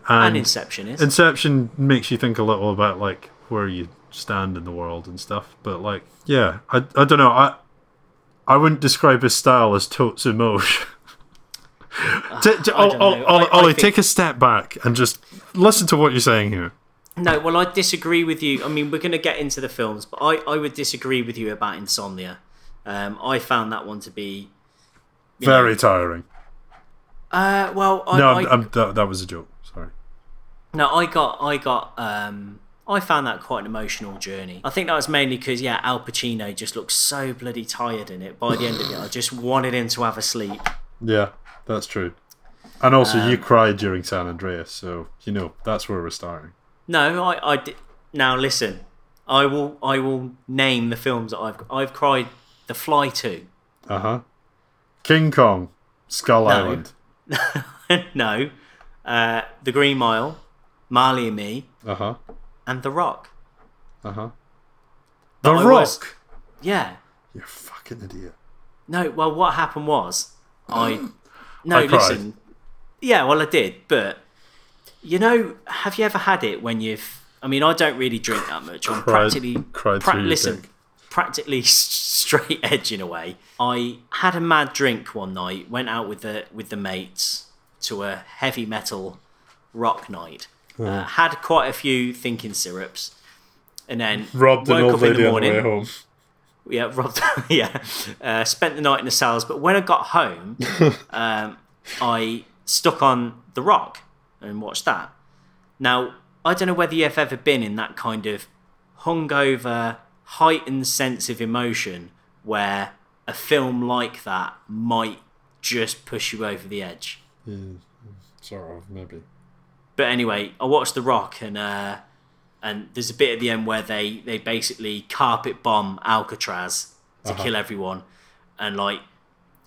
A: And,
B: And,
A: Inception is.
B: Inception makes you think a little about like where you stand in the world and stuff. But like, yeah, I, I don't know. I I wouldn't describe his style as totes emosh. T- t-
A: I don't
B: Ol-
A: know.
B: Ol-
A: I- I
B: Ollie,
A: think-
B: take a step back and just listen to what you're saying here.
A: no, well, I disagree with you. I mean, we're going to get into the films, but I, I would disagree with you about Insomnia. Um, I found that one to be you know-
B: Very tiring.
A: uh, well. I,
B: No,
A: I,
B: I'm, I'm, that, that was a joke. Sorry.
A: No, I got, I got, um, I found that quite an emotional journey. I think that was mainly because, yeah, Al Pacino just looked so bloody tired in it. By the end of it, I just wanted him to have a sleep.
B: Yeah, that's true. And also,
A: Um,
B: you cried during San Andreas, so you know that's where we're starting.
A: No, I, I di- now listen. I will, I will name the films that I've, I've cried. The Fly Two.
B: Uh huh. King Kong, Skull Island.
A: no, uh, The Green Mile, Marley and Me,
B: Uh huh.
A: and The Rock.
B: Uh huh. The
A: I
B: Rock.
A: was- Yeah.
B: You're a fucking idiot.
A: No, well, what happened was I. No,
B: I cried.
A: listen. Yeah, well, I did, but you know, have you ever had it when you've? I mean, I don't really drink that much. I'm
B: Cried-
A: practically
B: cried
A: prac-
B: through your
A: listen,
B: dick.
A: practically straight edge in a way. I had a mad drink one night. Went out with the with the mates to a heavy metal rock night. Uh, had quite a few thinking syrups, and then
B: Robbed an
A: woke
B: old
A: up in
B: lady
A: the
B: on the way
A: morning
B: home.
A: yeah, robbed. yeah, uh, spent the night in the cells. But when I got home, um, I stuck on The Rock and watched that. Now I don't know whether you've ever been in that kind of hungover, heightened sense of emotion where a film like that might just push you over the edge.
B: Sort of, maybe.
A: But anyway, I watched The Rock and uh, and there's a bit at the end where they they basically carpet bomb Alcatraz to kill everyone, and like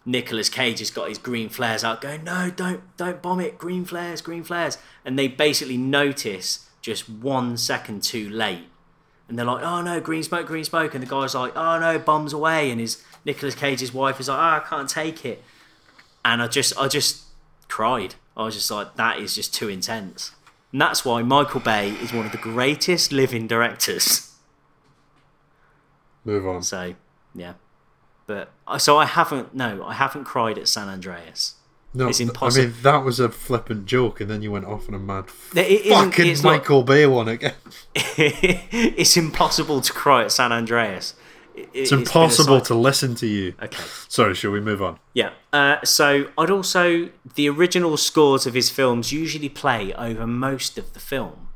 A: Nicolas Cage has got his green flares out, going no, don't don't bomb it, green flares, green flares, and they basically notice just one second too late. And they're like, oh no, green smoke, green smoke. And the guy's like, oh no, bombs away. And his Nicolas Cage's wife is like, oh, I can't take it. And I just, I just cried. I was just like, that is just too intense. And that's why Michael Bay is one of the greatest living directors.
B: Move on.
A: So, yeah. But uh, so I haven't, no, I haven't cried at San Andreas.
B: No,
A: It's
B: th-
A: impossi-
B: I mean, that was a flippant joke, and then you went off on a mad
A: It- it isn't-
B: fucking
A: it's not-
B: Michael Bay one again.
A: it's impossible to cry at San Andreas. It-
B: It's
A: been a
B: impossible
A: cycle.
B: to listen to you.
A: Okay.
B: Sorry, shall we move on?
A: Yeah. Uh, so I'd also the original scores of his films usually play over most of the film,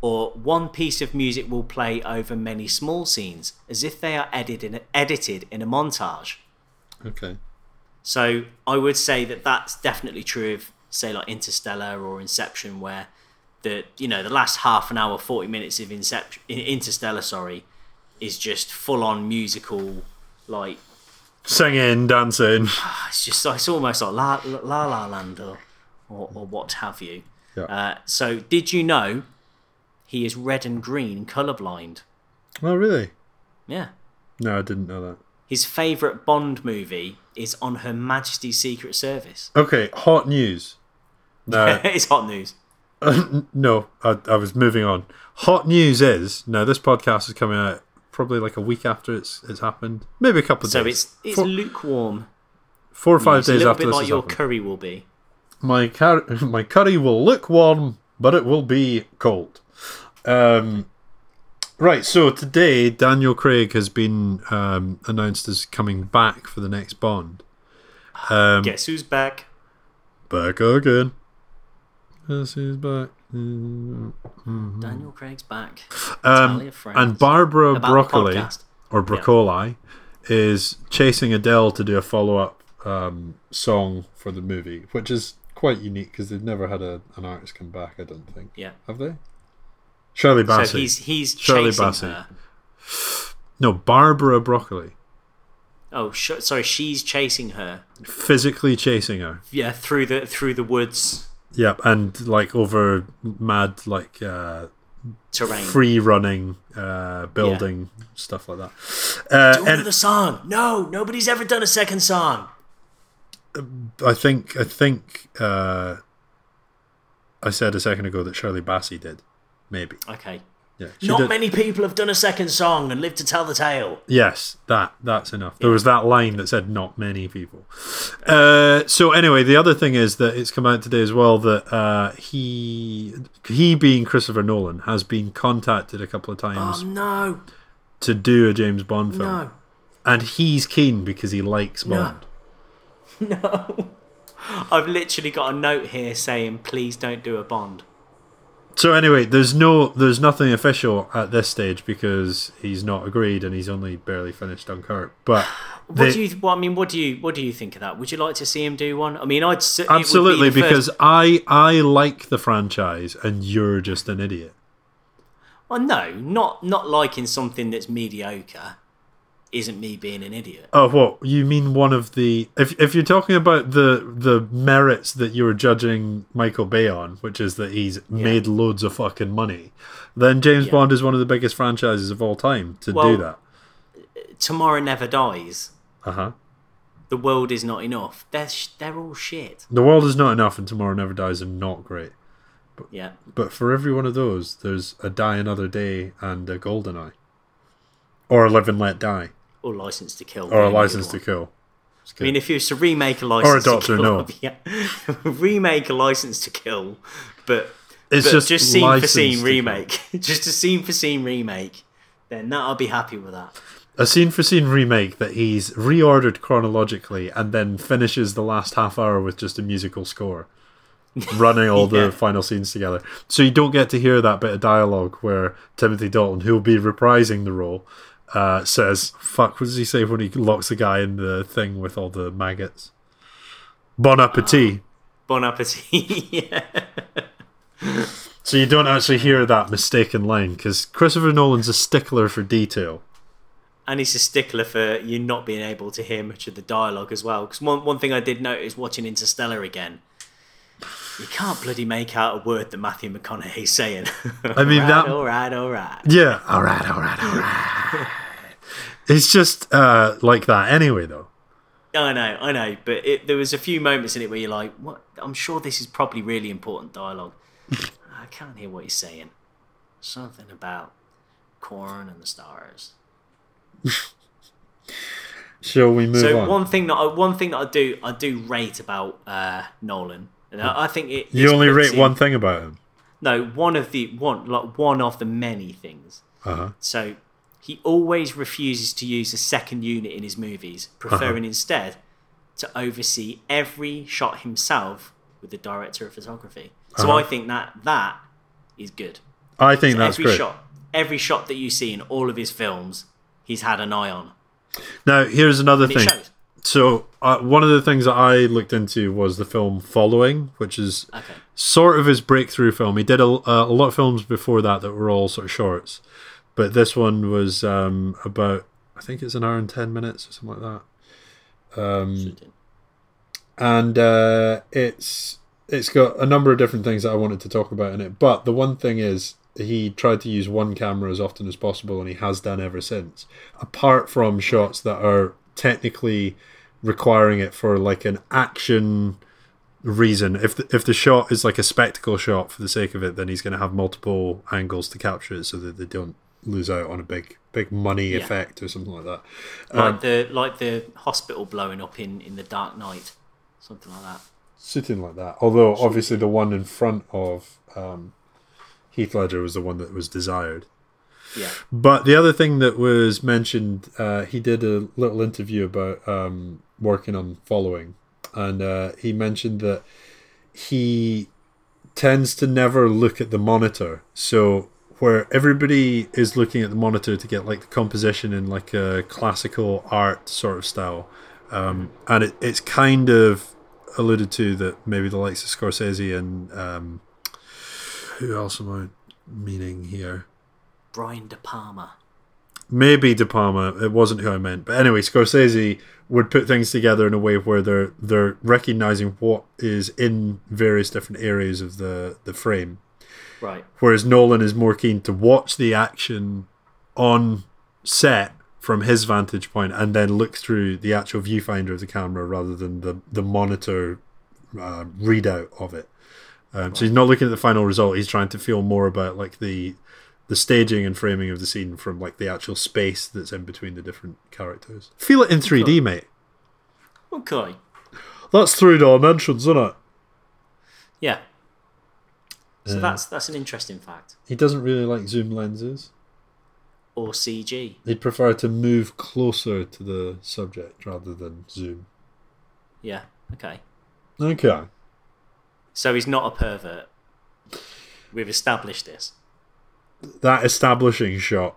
A: or one piece of music will play over many small scenes, as if they are edited in, edited in a montage.
B: Okay.
A: So I would say that that's definitely true of say like Interstellar or Inception, where the you know the last half an hour, forty minutes of Inception, Interstellar, sorry, is just full on musical, like
B: singing, dancing.
A: It's just it's almost like La La, la Land or, or or what have you.
B: Yeah.
A: Uh, so did you know he is red and green colorblind?
B: oh, really?
A: Yeah.
B: No, I didn't know that.
A: His favorite Bond movie is on Her Majesty's Secret Service.
B: Okay, hot news. No,
A: it's hot news.
B: no, I, I was moving on. Hot news is now this podcast is coming out probably like a week after it's it's happened, maybe a couple of
A: So
B: days.
A: it's it's
B: four,
A: lukewarm.
B: four or five
A: It's a
B: days
A: little
B: after
A: bit
B: this
A: like
B: has
A: your
B: happened.
A: curry will be.
B: my car- my curry will look warm, but it will be cold. Um, right. So today, Daniel Craig has been um, announced as coming back for the next Bond. Um,
A: Guess who's back?
B: Back again. This is back. Mm.
A: Daniel Craig's back.
B: Um,
A: Talia Franks.
B: and Barbara
A: About the
B: Broccoli
A: podcast.
B: or Broccoli is chasing Adele to do a follow up um, song for the movie, which is quite unique because they've never had a, an artist come back. I don't think.
A: Yeah.
B: Have they? Shirley Bassey.
A: So he's he's
B: Shirley
A: chasing
B: Bassey.
A: her.
B: No, Barbara Broccoli.
A: Oh, sh- sorry, she's chasing her.
B: Physically chasing her.
A: Yeah, through the through the woods
B: Yeah, and like over mad, like uh,
A: terrain.
B: free running, uh, building, stuff like that. Uh,
A: Do
B: and
A: another song. No, nobody's ever done a second song.
B: I think, I think uh, I said a second ago that Shirley Bassey did. Maybe.
A: Okay.
B: Yeah.
A: Not
B: did-
A: many people have done a second song and lived to tell the tale.
B: Yes, that that's enough. There was that line that said not many people. Uh, so anyway, the other thing is that it's come out today as well that uh, he he being Christopher Nolan has been contacted a couple of times
A: Oh no,
B: to do a James Bond film,
A: no,
B: and he's keen because he likes Bond.
A: no. I've literally got a note here saying, please don't do a Bond.
B: So anyway, there's no there's nothing official at this stage because he's not agreed and he's only barely finished Dunkirk. But
A: What
B: they-
A: do you? Well, I mean, what do you? What do you think of that? Would you like to see him do one? I mean, I'd s- it would be
B: absolutely
A: the first-
B: because I I like the franchise and you're just an idiot.
A: Well, no, not not liking something that's mediocre isn't me being an idiot.
B: Oh, what you mean? One of the if if you're talking about the the merits that you were judging Michael Bay on, which is that he's made loads of fucking money, then James
A: Yeah.
B: Bond is one of the biggest franchises of all time to
A: Well-
B: do that.
A: Tomorrow never dies.
B: Uh huh.
A: The world is not enough. They're sh- they're all shit.
B: The world is not enough, and Tomorrow Never Dies are not great.
A: Yeah.
B: But for every one of those, there's a Die Another Day and a Golden Eye, or a Live and Let Die,
A: Or license to kill.
B: or a
A: really good
B: License to
A: one.
B: Kill. It's
A: I mean,
B: good.
A: if you was to remake a license
B: Doctor
A: to kill,
B: No.
A: yeah, remake a license to kill, but
B: it's
A: but just, scene for
B: License to
A: scene
B: Kill.
A: remake, just a scene for scene remake, then that I'll be happy with that.
B: a scene for scene remake that he's reordered chronologically and then finishes the last half hour with just a musical score running all
A: Yeah.
B: the final scenes together so you don't get to hear that bit of dialogue where timothy dalton who'll be reprising the role uh, says fuck what does he say when he locks the guy in the thing with all the maggots bon appetit
A: Bon appetit. yeah.
B: so you don't actually hear that mistaken line because christopher nolan's a stickler for detail
A: and he's a stickler for you not being able to hear much of the dialogue as well. Because one, one thing I did notice watching Interstellar again, you can't bloody make out a word that Matthew McConaughey's saying.
B: i mean that
A: all right, all right.
B: Yeah. All right. All right. All right. it's just uh, like that anyway, though.
A: I know, I know, but it, there was a few moments in it where you're like, "What? I'm sure this is probably really important dialogue. I can't hear what he's saying. Something about corn and the stars."
B: Shall we move
A: So
B: on?
A: one thing that I, one thing that I do I do rate about uh, Nolan, and I, I think it
B: you
A: it's
B: only
A: puts
B: rate
A: him-
B: one thing about him.
A: No, one of the one like one of the many things.
B: Uh-huh.
A: So he always refuses to use a second unit in his movies, preferring
B: Uh-huh.
A: instead to oversee every shot himself with the director of photography. So I think that that is good.
B: Uh-huh. I think that's
A: every
B: great.
A: shot, every shot that you see in all of his films, he's had an eye on.
B: Now, here's another
A: And it
B: thing.
A: shows.
B: So uh, one of the things that I looked into was the film Following, which is
A: Okay.
B: sort of his breakthrough film. He did a, a lot of films before that that were all sort of shorts, but this one was um, about I think it's an hour and ten minutes or something like that.
A: Shooting.
B: and uh, it's it's got a number of different things that I wanted to talk about in it. But the one thing is, he tried to use one camera as often as possible, and he has done ever since. Apart from shots that are technically requiring it for like an action reason. If the, if the shot is like a spectacle shot for the sake of it, then he's going to have multiple angles to capture it so that they don't lose out on a big big money effect or something like that. um,
A: Like the like the hospital blowing up in in the Dark Knight, something like that.
B: sitting like that. Although obviously the one in front of um, Heath Ledger was the one that was desired.
A: Yeah.
B: But the other thing that was mentioned, uh, he did a little interview about um, working on following, and uh, he mentioned that he tends to never look at the monitor. So where everybody is looking at the monitor to get like the composition in like a classical art sort of style, um, and it, it's kind of alluded to that maybe the likes of Scorsese and um, who else am I meaning here?
A: Brian De Palma.
B: maybe De Palma. It wasn't who I meant, but anyway, Scorsese would put things together in a way where they're they're recognizing what is in various different areas of the the frame.
A: Right.
B: Whereas Nolan is more keen to watch the action on set from his vantage point and then look through the actual viewfinder of the camera rather than the the monitor uh, readout of it. Um, so he's not looking at the final result. He's trying to feel more about like the the staging and framing of the scene from like the actual space that's in between the different characters. Feel it in 3D, mate.
A: Okay.
B: That's three dimensions, isn't it?
A: Yeah. So
B: Mm.
A: that's that's an interesting fact.
B: He doesn't really like zoom lenses.
A: Or CG.
B: He'd prefer to move closer to the subject rather than zoom.
A: Yeah. Okay.
B: Okay.
A: So he's not a pervert. We've established this.
B: That establishing shot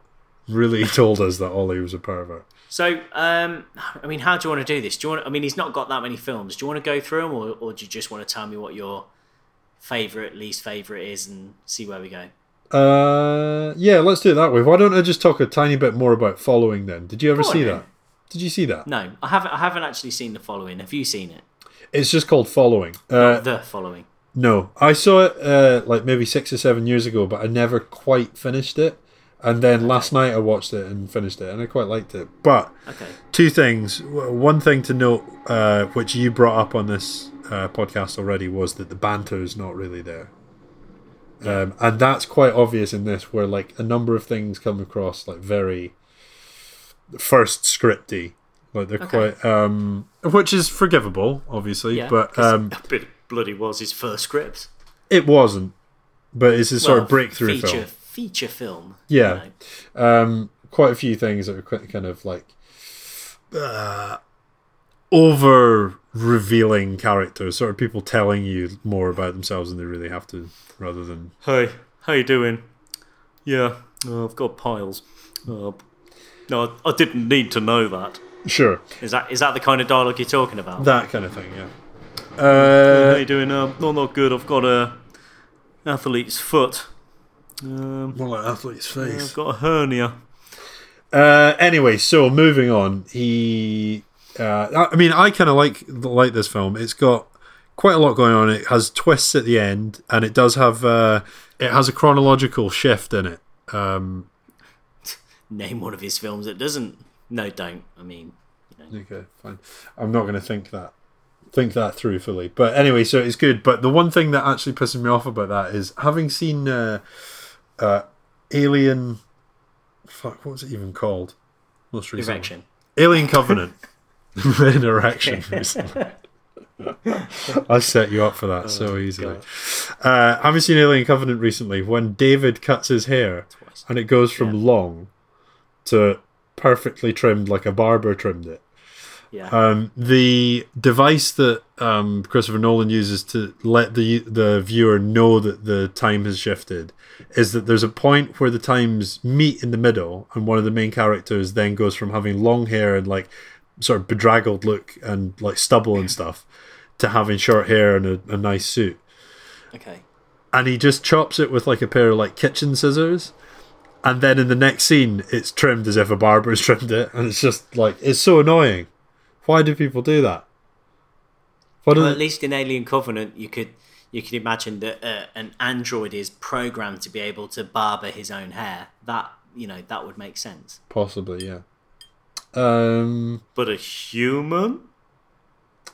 B: really told us that Ollie was a pervert.
A: So, um, I mean, how do you want to do this? Do you want? I mean, he's not got that many films. Do you want to go through them, or, or do you just want to tell me what your favorite, least favorite is, and see where we go?
B: Uh, yeah, let's do it that way. Why don't I just talk a tiny bit more about following then? Did you ever
A: Go on
B: see
A: then.
B: that? Did you see that?
A: No, I haven't. I haven't actually seen the following. Have you seen it?
B: It's just called following. Uh,
A: the following.
B: No, I saw it uh, like maybe six or seven years ago, but I never quite finished it. And then last night I watched it and finished it, and I quite liked it. But
A: Okay.
B: two things. W- One thing to note, uh, which you brought up on this uh, podcast already, was that the banter is not really there. Um, and that's quite obvious in this, where like a number of things come across like very first scripty, like they're quite, um, which is forgivable, obviously.
A: Yeah,
B: but
A: 'cause-
B: um,
A: But it bloody was his first script.
B: it wasn't. But it's a sort
A: Well,
B: of breakthrough
A: feature,
B: film.
A: Feature film.
B: Yeah.
A: know.
B: Um, quite a few things that are quite kind of like uh, over revealing characters, sort of people telling you more about themselves than they really have to, rather than
A: Hey, how you doing? Yeah, oh, I've got piles. Oh, no, I, I didn't need to know that.
B: sure
A: Is that is that the kind of dialogue you're talking about?
B: that kind of thing. Yeah. Uh,
A: How you doing? Um, no, not good. I've got a athlete's foot. Um,
B: more like athlete's
A: I've got a hernia.
B: Uh, anyway, so moving on, he. Uh, I- I mean, I kind of like like this film. It's got quite a lot going on. It has twists at the end, and it does have uh, it has a chronological shift in it. Um,
A: Name one of his films that doesn't. No, don't. I mean,
B: okay, fine. I'm not going to think that think that through fully. But anyway, so it's good. But the one thing that actually pisses me off about that is having seen uh, uh, Alien. Fuck, what was it even called? Most recently.
A: direction.
B: Alien Covenant. An erection recently. I set you up for that so easily. Uh, have you seen Alien Covenant recently? When David cuts his hair and it goes from long to perfectly trimmed, like a barber trimmed it.
A: Yeah.
B: Um, the device that um, Christopher Nolan uses to let the the viewer know that the time has shifted is that there's a point where the times meet in the middle, and one of the main characters then goes from having long hair and like sort of bedraggled look and like stubble and stuff to having short hair and a, a nice suit
A: okay.
B: and he just chops it with like a pair of like kitchen scissors and then in the next scene it's trimmed as if a barber's trimmed it and it's just like it's so annoying Why do people do that? Why do
A: Well, at least in Alien Covenant, you could you could imagine that uh, an android is programmed to be able to barber his own hair. That you know that would make sense.
B: possibly? Yeah. Um.
A: But a human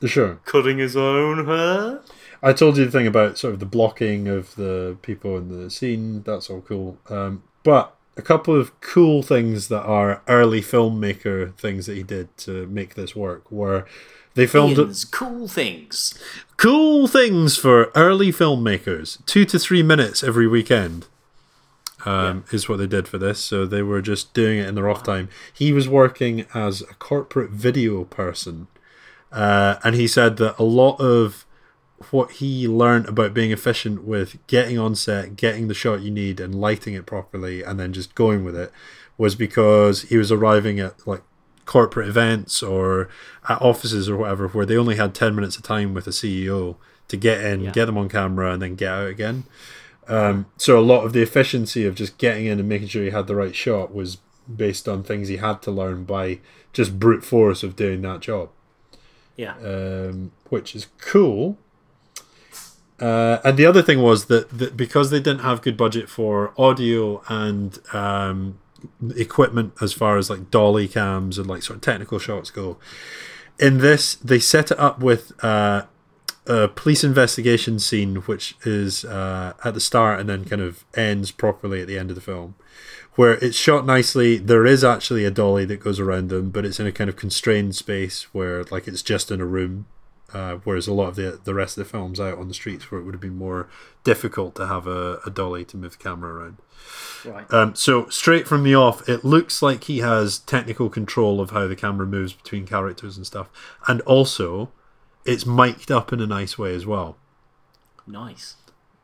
B: Sure.
A: cutting his own hair?
B: I told you the thing about sort of the blocking of the people in the scene. That's all cool. Um, but a couple of cool things that are early filmmaker things that he did to make this work were they filmed it
A: Ian's cool things.
B: cool things for early filmmakers. Two to three minutes every weekend um, is what they did for this. So they were just doing it in their off time. He was working as a corporate video person, uh, and he said that a lot of what he learned about being efficient with getting on set, getting the shot you need, and lighting it properly, and then just going with it was because he was arriving at like corporate events or at offices or whatever where they only had 10 minutes of time with a CEO to get in, get them on camera, and then get out again. Um, so a lot of the efficiency of just getting in and making sure he had the right shot was based on things he had to learn by just brute force of doing that job
A: Yeah.
B: um, which is cool. Uh, and the other thing was that, that because they didn't have good budget for audio and um, equipment as far as like dolly cams and like sort of technical shots go, in this they set it up with uh, a police investigation scene, which is uh, at the start and then kind of ends properly at the end of the film where it's shot nicely. There is actually a dolly that goes around them, but it's in a kind of constrained space where, like, it's just in a room. Uh, whereas a lot of the the rest of the films out on the streets where it would have been more difficult to have a, a dolly to move the camera around. Right. Um, so straight from the off, it looks like he has technical control of how the camera moves between characters and stuff, and also it's mic'd up in a nice way as well.
A: nice.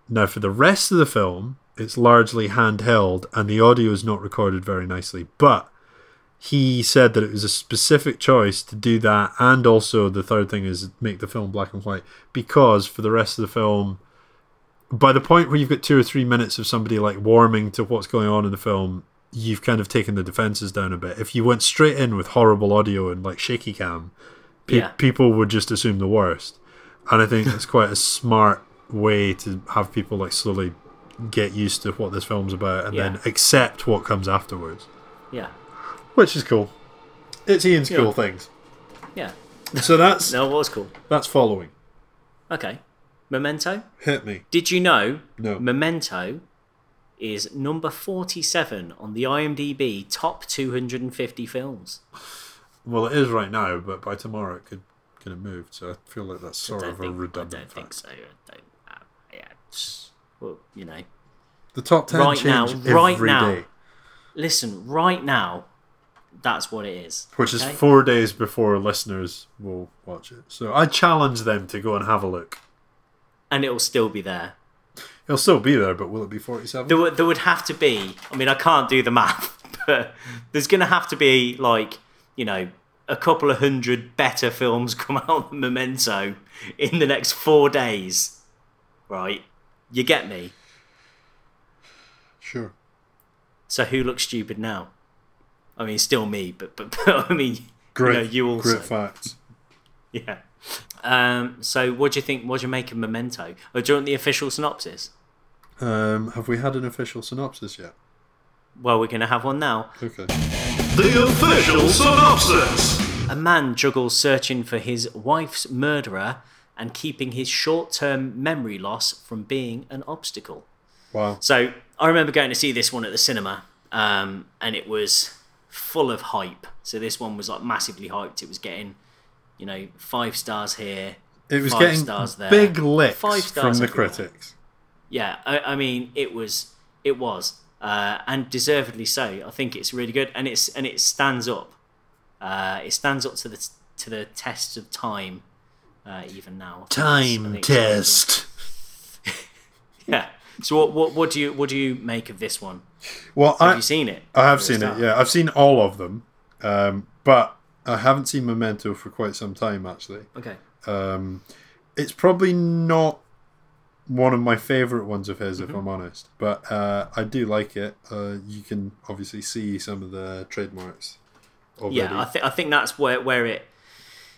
B: Now, for the rest of the film, it's largely handheld and the audio is not recorded very nicely. But he said that it was a specific choice to do that. And also, the third thing is make the film black and white because for the rest of the film, by the point where you've got two or three minutes of somebody like warming to what's going on in the film, you've kind of taken the defenses down a bit. If you went straight in with horrible audio and like shaky cam, pe-
A: Yeah.
B: people would just assume the worst. And I think that's quite a smart way to have people like slowly get used to what this film's about and then
A: Yeah.
B: accept what comes afterwards,
A: Yeah.
B: which is cool. It's Ian's cool things.
A: Yeah.
B: So that's
A: No, it was cool.
B: that's following.
A: Okay. Memento?
B: Hit me.
A: Did you know
B: No.
A: Memento is number 47 on the IMDb top 250 films?
B: Well, it is right now, but by tomorrow it could could have moved. So I feel like that's sort
A: I
B: of
A: don't, think,
B: a
A: I
B: redundant
A: don't think
B: fact.
A: so. I don't, uh, yeah. it's- Well, you know.
B: The top ten
A: Right
B: change
A: now-
B: every day,
A: right now. Listen, right now, that's what it is.
B: which is
A: okay?
B: four days before listeners will watch it. So I challenge them to go and have a look.
A: And it'll still be there.
B: It'll still be there, but will it be forty-seven?
A: there would, there would have to be i mean i can't do the math but there's going to have to be like you know a couple of hundred better films come out than memento in the next four days right you get me
B: Sure.
A: so who looks stupid now i mean still me but but, but i mean you
B: Great.
A: know you also
B: Great facts.
A: yeah um so what do you think what do you make of memento or do you want the official synopsis
B: Um, have we had an official synopsis yet?
A: well we're going to have one now
B: Okay.
A: A man juggles searching for his wife's murderer and keeping his short term memory loss from being an obstacle.
B: Wow.
A: So I remember going to see this one at the cinema, um, and it was full of hype. So this one was like massively hyped. It was getting, you know, five stars here.
B: It was
A: five
B: getting
A: stars there.
B: big licks
A: Five
B: from
A: stars
B: the
A: everywhere.
B: critics.
A: Yeah, I, I mean, it was, it was, uh, and deservedly so. I think it's really good, and it's and it stands up. Uh, it stands up to the to the test of time, uh, even now. I think it's- I think it's- Yeah. So what, what what do you what do you make of this one?
B: Well,
A: Have
B: I,
A: you seen it?
B: I have
A: Or is
B: seen it.
A: that-
B: Yeah, I've seen all of them, um, but I haven't seen Memento for quite some time. Actually,
A: Okay.
B: um, it's probably not one of my favorite ones of his,
A: Mm-hmm.
B: if I'm honest. But uh, I do like it. Uh, you can obviously see some of the trademarks already.
A: Yeah, I, th- I think that's where where it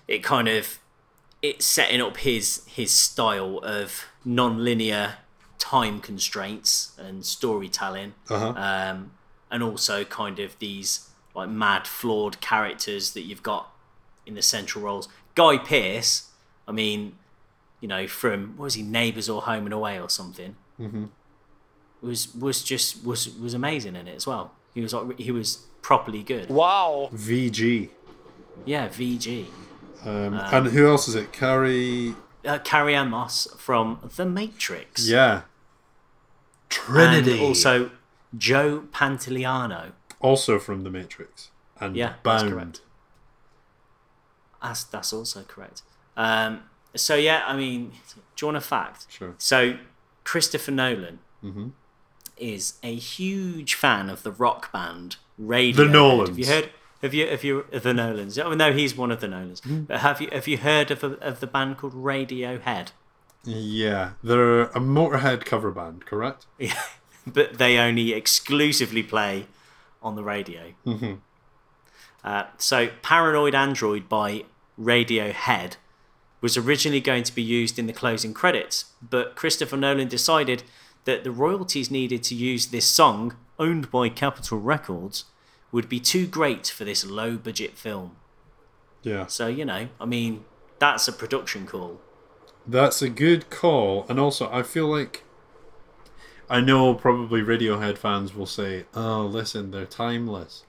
A: it kind of it's setting up his his style of non-linear time constraints and storytelling um, and also kind of these like mad flawed characters that you've got in the central roles guy Pearce, i mean you know from what was he neighbours or home and away or something mm-hmm. was was just was was amazing in it as well he was like he was properly good
B: VG.
A: yeah vg
B: Um,
A: Ah.
B: and who else is it? Carrie.
A: uh, Carrie Ann Moss from The Matrix.
B: Yeah.
A: And also Joe Pantoliano
B: also from The Matrix. And
A: Yeah, that's
B: Bound.
A: correct. That's, that's also correct. Um, so, yeah, I mean, do you want a fact?
B: Sure. Mm-hmm.
A: So, Christopher Nolan is a huge fan of the rock band Radiohead. Have you
B: Nolans.
A: heard? Have you, have you, the Nolans? Oh, no, he's one of the Nolans.
B: Mm-hmm.
A: But have you, have you heard of, a, of the band called Radiohead?
B: Yeah. They're a Motorhead cover band, correct?
A: but they only exclusively play on the radio. Mm-hmm. Uh, so, Paranoid Android by Radiohead was originally going to be used in the closing credits, but Christopher Nolan decided that the royalties needed to use this song, owned by Capitol Records, would be too great for this low budget film.
B: Yeah.
A: So, you know, I mean, that's a production call.
B: That's a good call. And also, I feel like. I know probably Radiohead fans will say, oh, listen, they're timeless.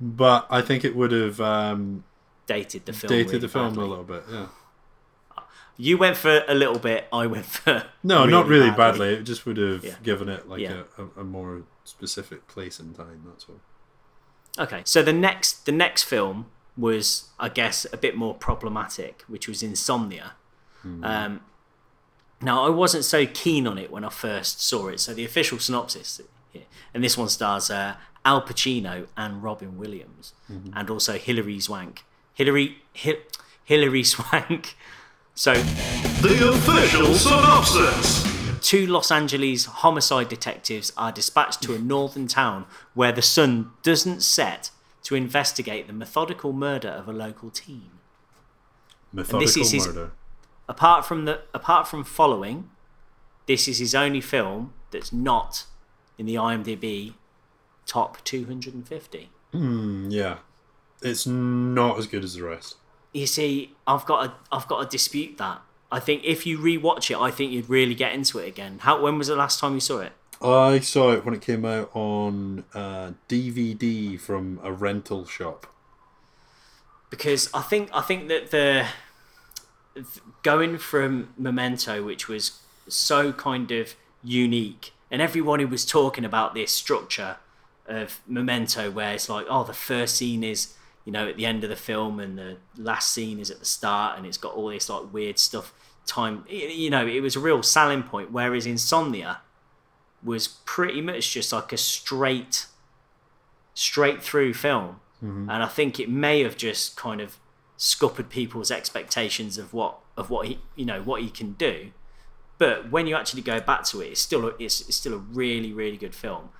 B: But I think it would have um,
A: Dated the film.
B: dated
A: really
B: the film
A: badly.
B: a little bit. Yeah.
A: You went for a little bit, I went for.
B: No, not really badly. It just would have
A: Yeah.
B: given it like
A: Yeah.
B: a, a, a more specific place and time. That's all.
A: Okay, so the next the next film was, I guess, a bit more problematic, which was Insomnia. Um, now, I wasn't so keen on it when I first saw it. So the official synopsis, here, and this one stars uh, Al Pacino and Robin Williams, and also Hilary Swank. Hilary Hi- Hilary Swank. So
B: The official synopsis.
A: two Los Angeles homicide detectives are dispatched to a northern town where the sun doesn't set to investigate the methodical murder of a local teen.
B: Methodical
A: this is his-
B: murder.
A: Apart from the apart from following, this is his only film that's not in the IMDb top 250.
B: Yeah, it's not as good as the rest.
A: You see, I've got to, I've got to dispute that. I think if you rewatch it, I think you'd really get into it again. How when was the last time you saw it?
B: I saw it when it came out on uh, DVD from a rental shop.
A: because I think I think that the th- going from Memento, which was so kind of unique, and everyone who was talking about this structure of Memento, where it's like, oh, the first scene is you know at the end of the film, and the last scene is at the start, and it's got all this like weird stuff. Time, y- you know, it was a real selling point. Whereas Insomnia was pretty much just like a straight, straight through film
B: Mm-hmm.
A: and I think it may have just kind of scuppered people's expectations of what of what he you know what he can do. But when you actually go back to it, it's still a, it's, it's still a really really good film.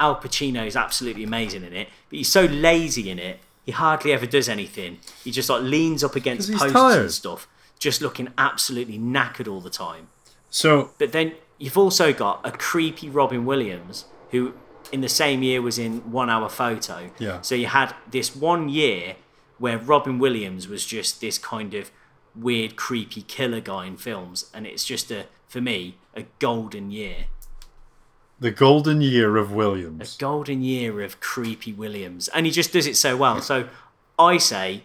A: Al Pacino is absolutely amazing in it, but he's so lazy in it. He hardly ever does anything. He just like leans up against
B: 'Cause
A: posts
B: he's tired.
A: and stuff, just looking absolutely knackered all the time.
B: So
A: But then you've also got a creepy Robin Williams who in the same year was in One Hour Photo.
B: Yeah.
A: So you had this one year where Robin Williams was just this kind of weird creepy killer guy in films and it's just a for me a golden year.
B: the golden year of
A: A
B: Williams.
A: golden year of creepy Williams and he just does it so well. So I say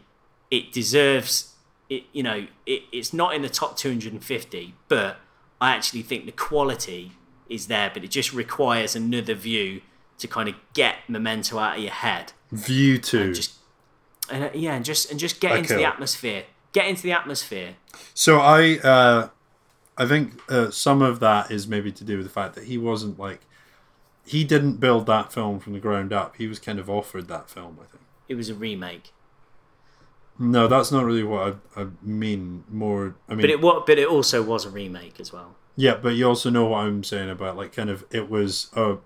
A: it deserves it you know it, it's not in the top 250 but i actually think the quality is there but it just requires another view to kind of get memento out of your head
B: View two.
A: just and uh, yeah and just and just get into
B: Okay.
A: the atmosphere get into the atmosphere
B: So I, uh, I think uh, some of that is maybe to do with the fact that he wasn't like, he didn't build that film from the ground up. He was kind of offered that film. I think.
A: it was a remake
B: No, that's not really what I, I mean. More, I mean,
A: but it was but it also was a remake as well
B: yeah, but you also know what I'm saying about like kind of it was a,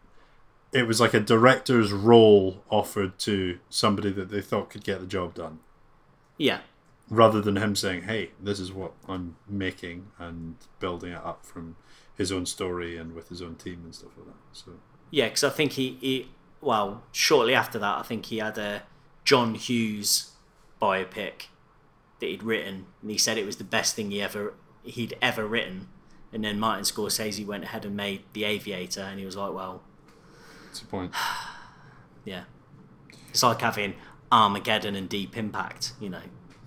B: it was like a director's role offered to somebody that they thought could get the job done.
A: yeah
B: rather than him saying, "Hey, this is what I'm making," and building it up from his own story and with his own team and stuff like that. So
A: Yeah, because I think he, he, well, shortly after that, I think he had a John Hughes biopic that he'd written, and he said it was the best thing he ever he'd ever written. And then Martin Scorsese went ahead and made The Aviator, and he was like, well,
B: it's a point.
A: yeah, it's like having Armageddon and Deep Impact, you know,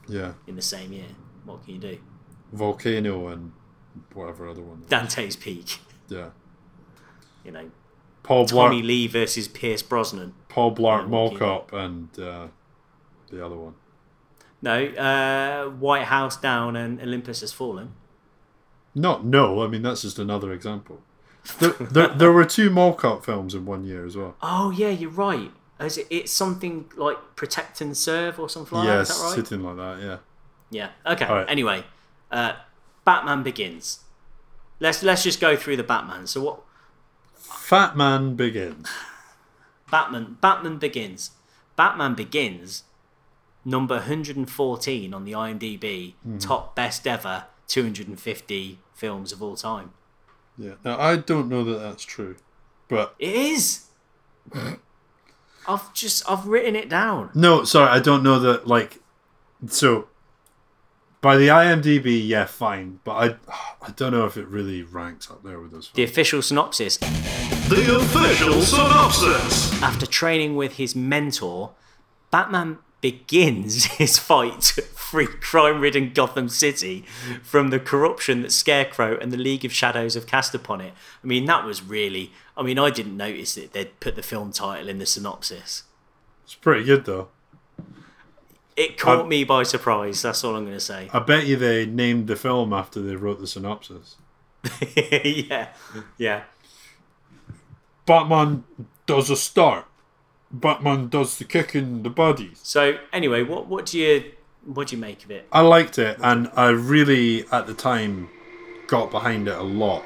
B: Yeah,
A: in the same year. What can you do?
B: volcano and whatever other one.
A: Dante's Peak,
B: Yeah,
A: you know,
B: Paul
A: Tommy
B: Blart,
A: Lee versus Pierce Brosnan.
B: Paul Blart
A: Yeah,
B: Mall
A: Volcano.
B: Cop, and uh, the other one.
A: No, uh, White House Down and Olympus Has Fallen.
B: Not no. I mean, that's just another example. There, there, there were two Mall Cop films in one year as well.
A: Oh yeah, you're right. Is it, it's something like protect and serve or something like
B: yes,
A: that. Is that right?
B: sitting like that. Yeah.
A: Yeah. Okay.
B: All right.
A: Anyway, uh, Batman Begins. Let's let's just go through the Batman. So what
B: Fat Man Begins.
A: Batman Batman Begins. Batman Begins number 114 on the IMDb
B: Hmm.
A: top best ever 250 films of all time.
B: Yeah. Now I don't know that that's true, but
A: It is. I've just I've written it down.
B: no, sorry, I don't know that. Like, so by the IMDb, yeah, fine, but I, I don't know if it really ranks up there with those.
A: The
B: Films.
A: official synopsis
B: The official synopsis.
A: After training with his mentor, Batman begins his fight to free crime ridden Gotham City from the corruption that Scarecrow and the League of Shadows have cast upon it. I mean, that was really. I mean, I didn't notice that they'd put the film title in the synopsis.
B: It's pretty good though.
A: It caught
B: Um, uh,
A: me by surprise, that's all I'm going to say.
B: I bet you they named the film after they wrote the synopsis.
A: yeah, yeah.
B: Batman does a start. Batman does the kicking the bodies.
A: So, anyway, what, what do you. What do you make of it?
B: I liked it, and I really at the time got behind it a lot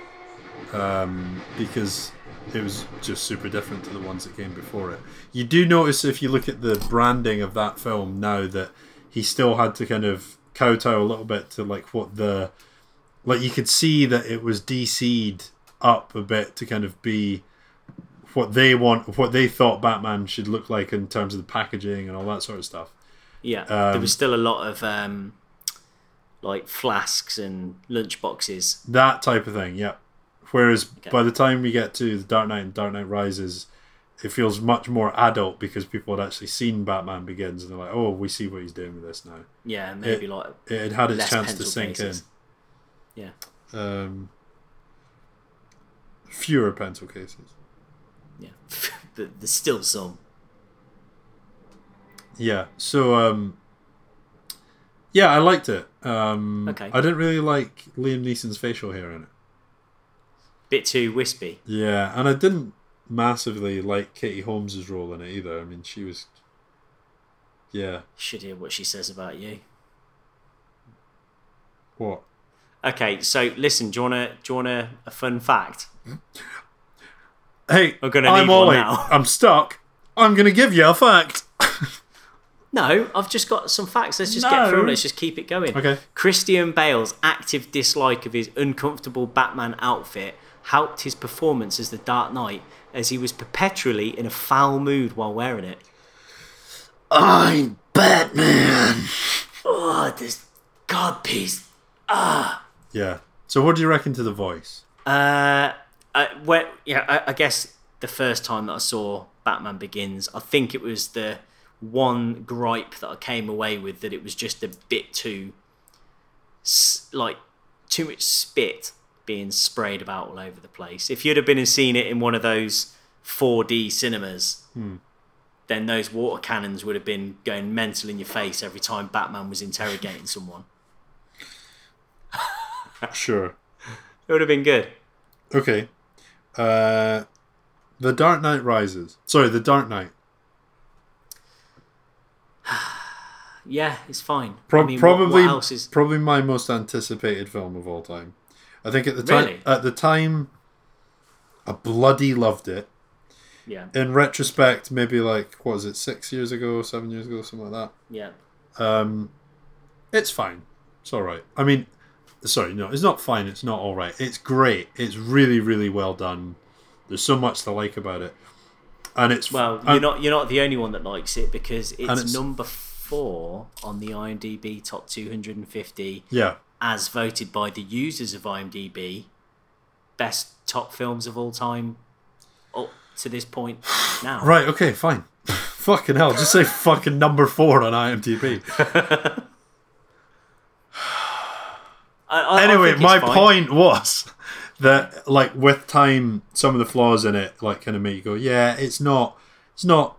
B: um, because it was just super different to the ones that came before it. You do notice if you look at the branding of that film now that he still had to kind of kowtow a little bit to like what the like you could see that it was DC'd up a bit to kind of be what they want, what they thought Batman should look like in terms of the packaging and all that sort of stuff.
A: Yeah, there was still a lot of um, like flasks and lunch boxes
B: That type of thing, yeah. Whereas by the time we get to the Dark Knight and Dark Knight Rises, it feels much more adult because people had actually seen Batman Begins and they're like, "Oh, we see what he's doing with this now."
A: Yeah, maybe like
B: It had had its
A: less
B: chance to
A: pencil
B: sink
A: cases. Yeah.
B: in. Um, fewer pencil cases.
A: Yeah. But There's still some.
B: Yeah. So, um, yeah, I liked it. Um,
A: Okay.
B: I didn't really like Liam Neeson's facial hair in it.
A: Bit too wispy.
B: Yeah, and I didn't massively like Katie Holmes's role in it either. I mean, she was. Yeah.
A: Should hear what she says about you.
B: What?
A: Okay, so listen, do you wanna do you wanna a fun fact?
B: Hey,
A: I'm gonna
B: I'm
A: need one
B: Ollie.
A: now.
B: I'm stuck. I'm gonna give you a fact.
A: No, I've just got some facts. Let's just get through.
B: No.
A: it. Let's just keep it going.
B: Okay.
A: Christian Bale's active dislike of his uncomfortable Batman outfit helped his performance as the Dark Knight, as he was perpetually in a foul mood while wearing it.
F: I'm Batman.
A: Oh, this God piece.
B: Yeah. So, what do you reckon to the voice?
A: Uh, I, where, yeah, I, I guess the first time that I saw Batman Begins, I think it was the one gripe that I came away with that it was just a bit too, s- like, too much spit being sprayed about all over the place. If you'd have been and seen it in one of those 4D cinemas, then those water cannons would have been going mental in your face every time Batman was interrogating someone.
B: Sure.
A: It would have been good.
B: Okay. Uh, the Dark Knight Rises. Sorry, The Dark Knight.
A: Yeah, it's fine.
B: Pro-
A: I mean, what- what
B: probably
A: else is
B: probably my most anticipated film of all time. I think at the time
A: Really?
B: at the time, I bloody loved it.
A: yeah.
B: in retrospect, maybe like what was it, six years ago, seven years ago, something like
A: Yeah.
B: that. Um, It's fine. It's all right. I mean, sorry, no, it's not fine. It's not all right. It's great. It's really, really well done. There's so much to like about it, and it's
A: Well,
B: and-
A: you're not you're not the only one that likes it because it's,
B: Um, it's-
A: number four on the IMDb top 250
B: Yeah,
A: as voted by the users of IMDb best top films of all time up to this point now.
B: Right, okay, fine. fucking hell, just say fucking number four on IMDb.
A: I, I, I
B: anyway,
A: think it's
B: my
A: fine.
B: point was that, like, with time, some of the flaws in it, like, kind of make you go, yeah, it's not, it's not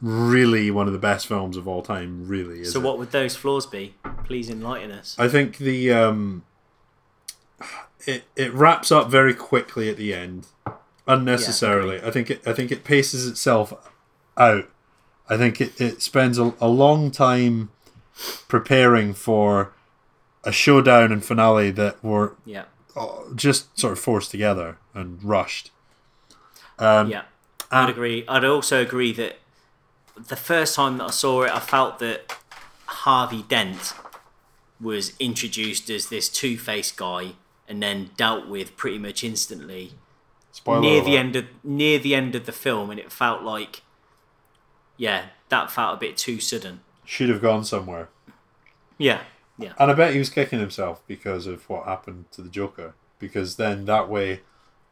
B: really one of the best films of all time, really. Is
A: So
B: it?
A: what would those flaws be? Please enlighten us.
B: I think the um, it it wraps up very quickly at the end, unnecessarily. I think it I think it paces itself out. I think it, it spends a, a long time preparing for a showdown and finale that were
A: Yeah.
B: just sort of forced together and rushed.
A: yeah. I'd agree. I'd also agree that the first time that I saw it, I felt that Harvey Dent was introduced as this two faced guy and then dealt with pretty much instantly
B: Spoiler
A: near the
B: alert.
A: end of near the end of the film and it felt like yeah, that felt a bit too sudden.
B: should have gone somewhere,
A: Yeah. Yeah.
B: and I bet he was kicking himself because of what happened to the Joker. Because then that way.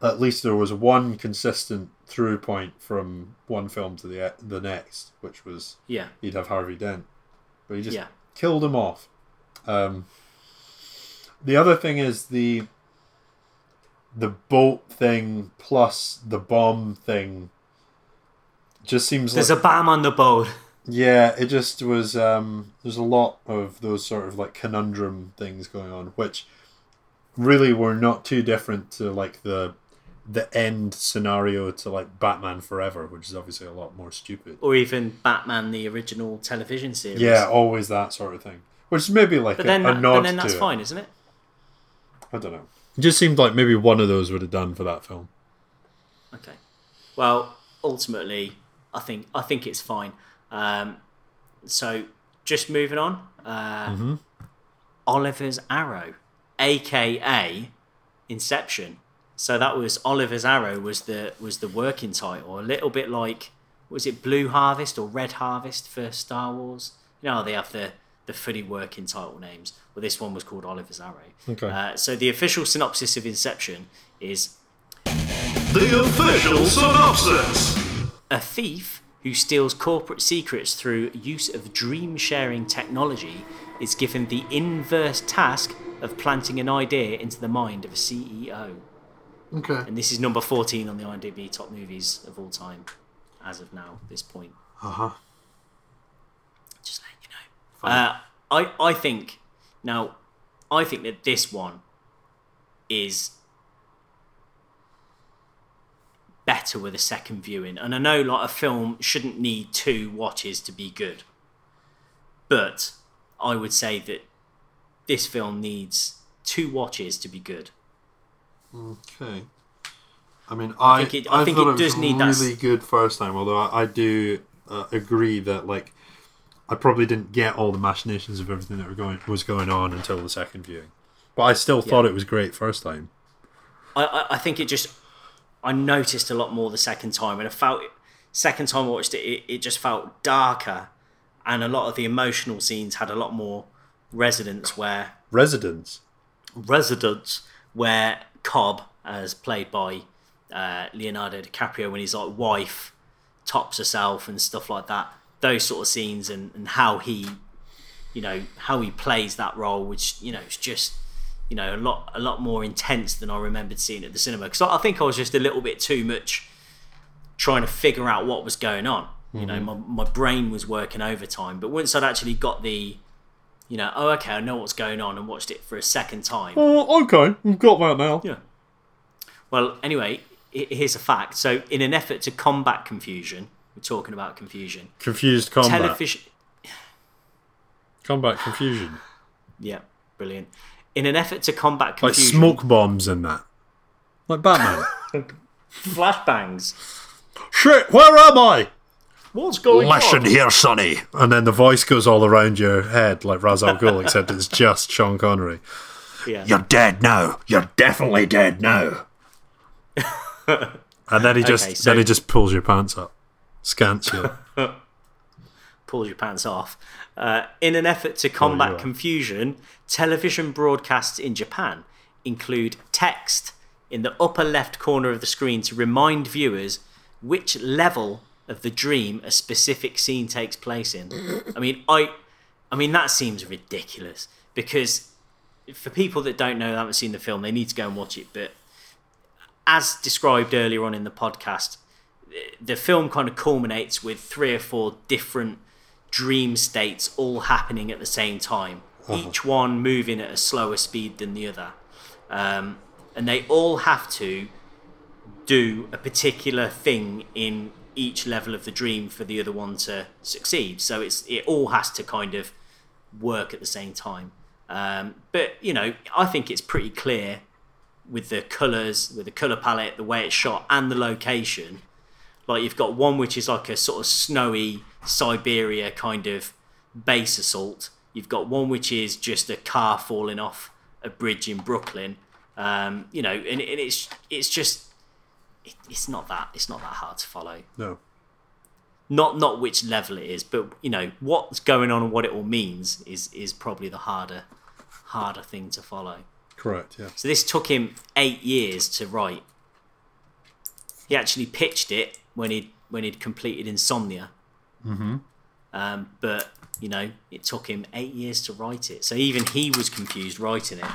B: at least there was one consistent through point from one film to the the next, which was
A: Yeah.
B: you'd have Harvey Dent, but he just
A: Yeah.
B: killed him off. Um, the other thing is the the boat thing plus the bomb thing just seems
A: There's a
B: like
A: bam on the boat.
B: yeah, it just was. Um, there's a lot of those sort of like conundrum things going on, which really were not too different to like the the end scenario to like Batman Forever, which is obviously a lot more stupid.
A: Or even Batman the original television series.
B: Yeah, always that sort of thing, which is maybe like
A: But
B: a,
A: then,
B: a
A: that-
B: nod
A: but then that's
B: to
A: fine, isn't it?
B: it. I don't know. It just seemed like maybe one of those would have done for that film.
A: Okay. Well, ultimately, I think I think it's fine. Um, so, just moving on. Uh, Oliver's Arrow, aka Inception. So that was Oliver's Arrow was the was the working title. A little bit like was it Blue Harvest or Red Harvest for Star Wars? You know, how they have the the fully working title names. Well, this one was called Oliver's Arrow.
B: Okay.
A: Uh, so the official synopsis of Inception is
B: The official synopsis.
A: a thief who steals corporate secrets through use of dream sharing technology is given the inverse task of planting an idea into the mind of a CEO.
B: Okay.
A: And this is number 14 on the IMDb top movies of all time, as of now, this point.
B: Uh huh.
A: Just letting you know. Uh, I, I think, now, I think that this one is better with a second viewing. And I know like a film shouldn't need two watches to be good. But I would say that this film needs two watches to be good.
B: Okay. I mean, I I
A: think it- I think
B: thought
A: it
B: it
A: does
B: was
A: need that s-
B: really good first time. Although I, I do uh, agree that like I probably didn't get all the machinations of everything that were going was going on until the second viewing. But I still thought it was great first time.
A: I, I, I think it just I noticed a lot more the second time, and I felt second time I watched it, it, it just felt darker, and a lot of the emotional scenes had a lot more resonance where
B: Residence.
A: residents where Cobb, as played by uh, Leonardo DiCaprio, when his like wife tops herself and stuff like that, those sort of scenes and, and how he, you know, how he plays that role, which you know is just you know a lot a lot more intense than I remembered seeing at the cinema because I I think I was just a little bit too much trying to figure out what was going on. You know, my, my brain was working overtime, but once I'd actually got the you know, oh, okay, I know what's going on, and watched it for a second time.
B: Oh, okay, we've got that now.
A: Yeah. Well, anyway, i- here's a fact. So, in an effort to combat confusion, we're talking about confusion.
B: Confused combat.
A: Television.
B: Combat confusion.
A: Yeah, brilliant. In an effort to combat
B: Like
A: confusion,
B: smoke bombs and that. Like Batman.
A: flashbangs.
B: Shit, where am I?
A: What's going
B: Listen
A: on?
B: here, Sonny. And then the voice goes all around your head like Raz Al Ghul, except it's just Sean Connery.
F: You're dead now. You're definitely dead now.
B: And then he just
A: so-
B: then he just pulls your pants up, scants you.
A: Pulls your pants off. Uh, in an effort to combat
B: you are.
A: confusion, television broadcasts in Japan include text in the upper left corner of the screen to remind viewers which level of the dream a specific scene takes place in. I mean, I, I mean that seems ridiculous because for people that don't know, that haven't seen the film, they need to go and watch it. But as described earlier on in the podcast, the film kind of culminates with three or four different dream states all happening at the same time, each one moving at a slower speed than the other. Um, and they all have to do a particular thing in each level of the dream for the other one to succeed. So it's it all has to kind of work at the same time. Um, but you know, I think it's pretty clear with the colours, with the colour palette, the way it's shot, and the location. Like you've got one which is like a sort of snowy Siberia kind of base assault. You've got one which is just a car falling off a bridge in Brooklyn. Um, you know, and, and it's it's just it, it's not that it's not that hard to follow.
B: No.
A: Not not which level it is, but you know what's going on and what it all means is is probably the harder harder thing to follow.
B: Correct, yeah.
A: So this took him eight years to write. He actually pitched it when he when he'd completed Insomnia. Mm-hmm. Um, but you know, it took him eight years to write it. So even he was confused writing it.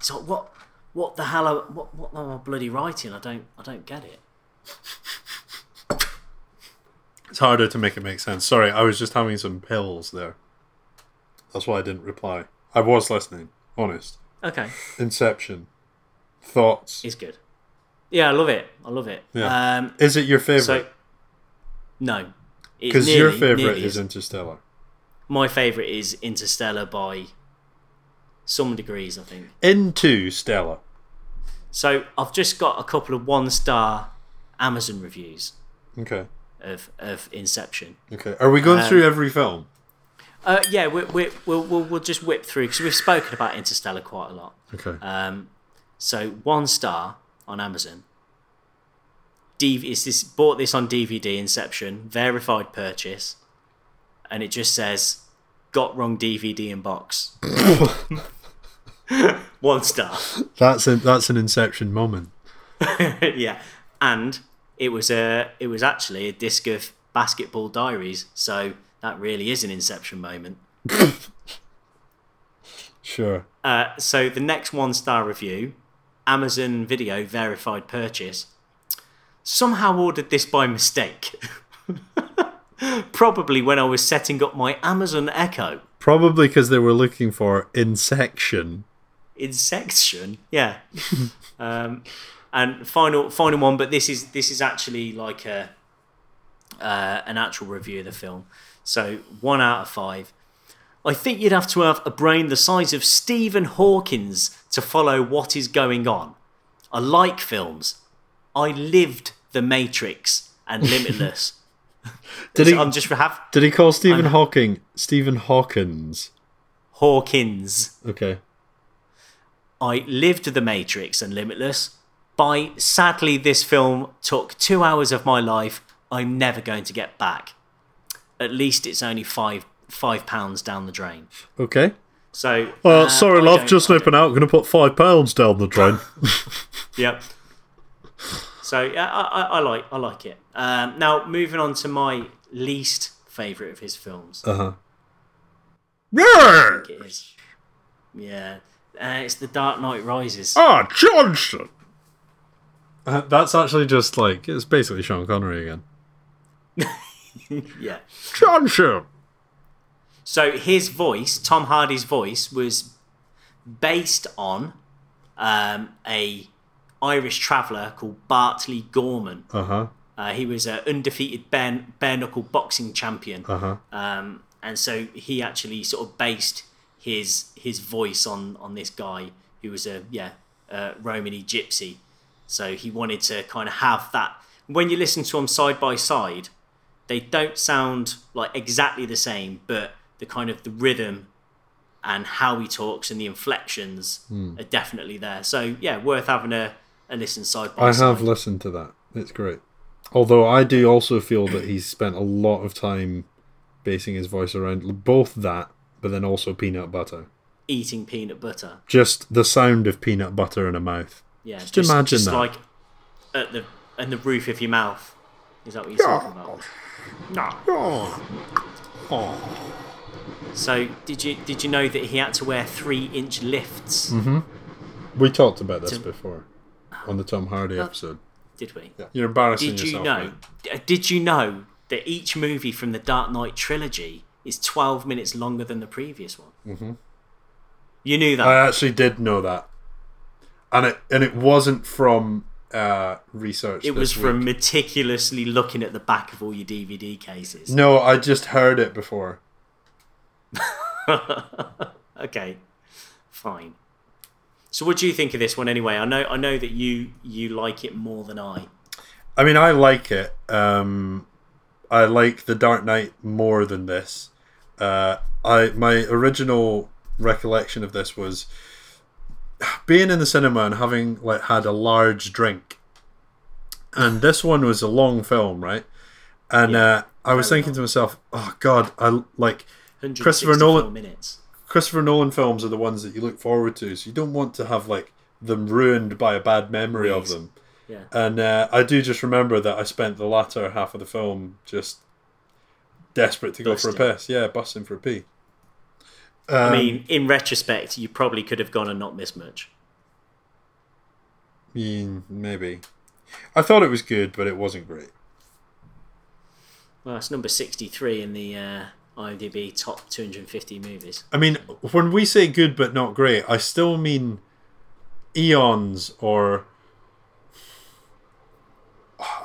A: So what? What the hell? Are, what? What am I bloody writing? I don't. I don't get it.
B: It's harder to make it make sense. Sorry, I was just having some pills there. That's why I didn't reply. I was listening, honest.
A: Okay,
B: Inception. Thoughts.
A: it's good. Yeah, I love it. I love it.
B: Yeah.
A: Um,
B: Is it your
A: so
B: favourite?
A: no, It's
B: Because your
A: nearly-
B: favourite
A: nearly
B: is Interstellar.
A: my favorite is Interstellar by some degrees, I think.
B: Into Stellar.
A: So I've just got a couple of one star Amazon reviews
B: Okay.
A: of, of Inception.
B: Okay. Are we
A: Um,
B: going through every film?
A: Uh, yeah, we, we, we'll, we'll, we'll just whip through because we've spoken about Interstellar quite a lot.
B: Okay.
A: Um, so one star on Amazon. DV- is this bought this on DVD Inception verified purchase, and it just says got wrong DVD in box. one star.
B: that's a, that's an Inception moment.
A: yeah, and it was a it was actually a disc of Basketball Diaries, so that really is an Inception moment.
B: Sure.
A: Uh, so the next one star review, Amazon Video verified purchase. Somehow ordered this by mistake. Probably when I was setting up my Amazon Echo.
B: Probably because they were looking for Insection.
A: in section. Yeah. um, and final final one, but this is this is actually like a uh, an actual review of the film. So one out of five. I think you'd have to have a brain the size of Stephen Hawkins to follow what is going on. I like films. I lived The Matrix and Limitless.
B: Did he,
A: So I'm just have
B: did he call Stephen
A: I'm-
B: Hawking Stephen Hawkins?
A: Hawkins.
B: Okay.
A: I lived The Matrix and Limitless. By sadly, this film took two hours of my life. I'm never going to get back. At least it's only five five pounds down the drain.
B: Okay.
A: So
B: Uh,
A: uh,
B: sorry,
A: I
B: love,
A: don't-
B: just
A: I
B: nipping
A: don't-
B: out. Going to put five pounds down the drain.
A: Yep. So yeah, I, I, I like I like it. Um, now moving on to my least favorite of his films.
B: uh huh.
A: It is, yeah, uh, it's The Dark Knight Rises.
B: Ah, Johnson. Uh, that's actually just like it's basically Sean Connery again.
A: Yeah.
B: Johnson.
A: So his voice, Tom Hardy's voice, was based on um, a Irish traveller called Bartley Gorman.
B: Uh huh.
A: Uh, he was an undefeated bare, bare knuckle boxing champion,
B: Uh huh.
A: um, and so he actually sort of based his his voice on on this guy who was a yeah uh, Romany gypsy. So he wanted to kind of have that. When you listen to them side by side, They don't sound like exactly the same, but the kind of the rhythm and how he talks and the inflections
B: Hmm.
A: are definitely there. So yeah, worth having a, a listen side by
B: I
A: side.
B: have listened to that. It's great. Although I do also feel that he's spent a lot of time basing his voice around both that, but then also peanut butter.
A: Eating peanut butter.
B: Just the sound of peanut butter in a mouth.
A: Yeah,
B: Just imagine
A: just
B: that.
A: like at the and the roof of your mouth. Is that what you're talking about? So did you did you know that he had to wear three inch lifts?
B: Mm-hmm. We talked about this
A: Tim-
B: before on the Tom Hardy episode.
A: Did we?
B: You're embarrassing
A: Oh. Did you
B: yourself.
A: know?
B: mate.
A: d- uh, Did you know that each movie from the Dark Knight trilogy is twelve minutes longer than the previous one? Mm-hmm. You knew that.
B: I actually did know that, and it and it wasn't from uh, research.
A: it
B: this
A: was from
B: week.
A: meticulously looking at the back of all your DVD cases.
B: No, I just heard it before.
A: Okay, fine. So, what do you think of this one anyway? I know, I know that you you like it more than I.
B: I mean, I like it. Um, I like The Dark Knight more than this. Uh, I my original recollection of this was being in the cinema and having like had a large drink, and this one was a long film, right? And uh, I was thinking to myself, "Oh God, I like." Christopher
A: 164
B: Nolan-
A: minutes.
B: Christopher Nolan films are the ones that you look forward to, so you don't want to have like them ruined by a bad memory of
A: Please.
B: them.
A: Yeah.
B: And uh, I do just remember that I spent the latter half of the film just desperate to go for a
A: Busting.
B: piss. Yeah, busting for a pee.
A: I
B: um,
A: mean, in retrospect, you probably could have gone and not missed much.
B: Mm, maybe. I thought it was good, but it wasn't great.
A: Well, it's number sixty-three in the uh, IMDb top two hundred and fifty movies.
B: I mean, when we say good but not great, I still mean eons or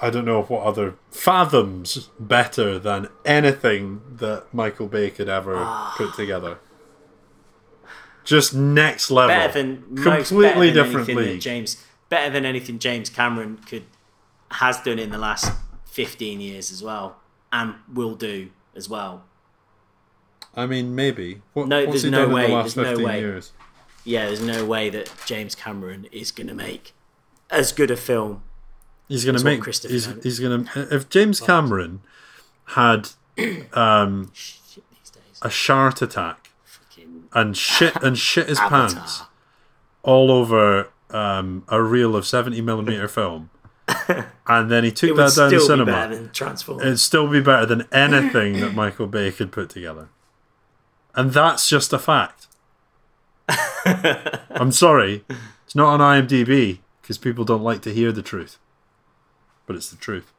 B: I don't know what other fathoms better than anything that Michael Bay could ever
A: Ah.
B: put together. Just next level.
A: Better than most,
B: completely
A: better than
B: different
A: anything that
B: league.
A: James, better than anything James Cameron could has done in the last fifteen years as well, and will do as well.
B: I mean, maybe. What,
A: No,
B: what's
A: there's
B: he
A: no
B: done
A: way,
B: in the last
A: there's no
B: 15
A: way.
B: years?
A: yeah, there's no way that James Cameron is going to make as good a film.
B: He's going to
A: That's what
B: make.
A: Christopher
B: He's,
A: Nolan-
B: he's going to. If James Cameron had um,
A: Shit, these days.
B: a shart attack
A: Fucking
B: and shit and shit his pants
A: Avatar.
B: all over um, a reel of seventy millimeter film, and then he
A: It
B: took
A: would
B: that down
A: still
B: to
A: be
B: cinema.
A: better than Transformers.
B: It'd still be better than anything that Michael Bay could put together, and that's just a fact. I'm sorry, it's not on IMDb because people don't like to hear the truth, but it's the truth.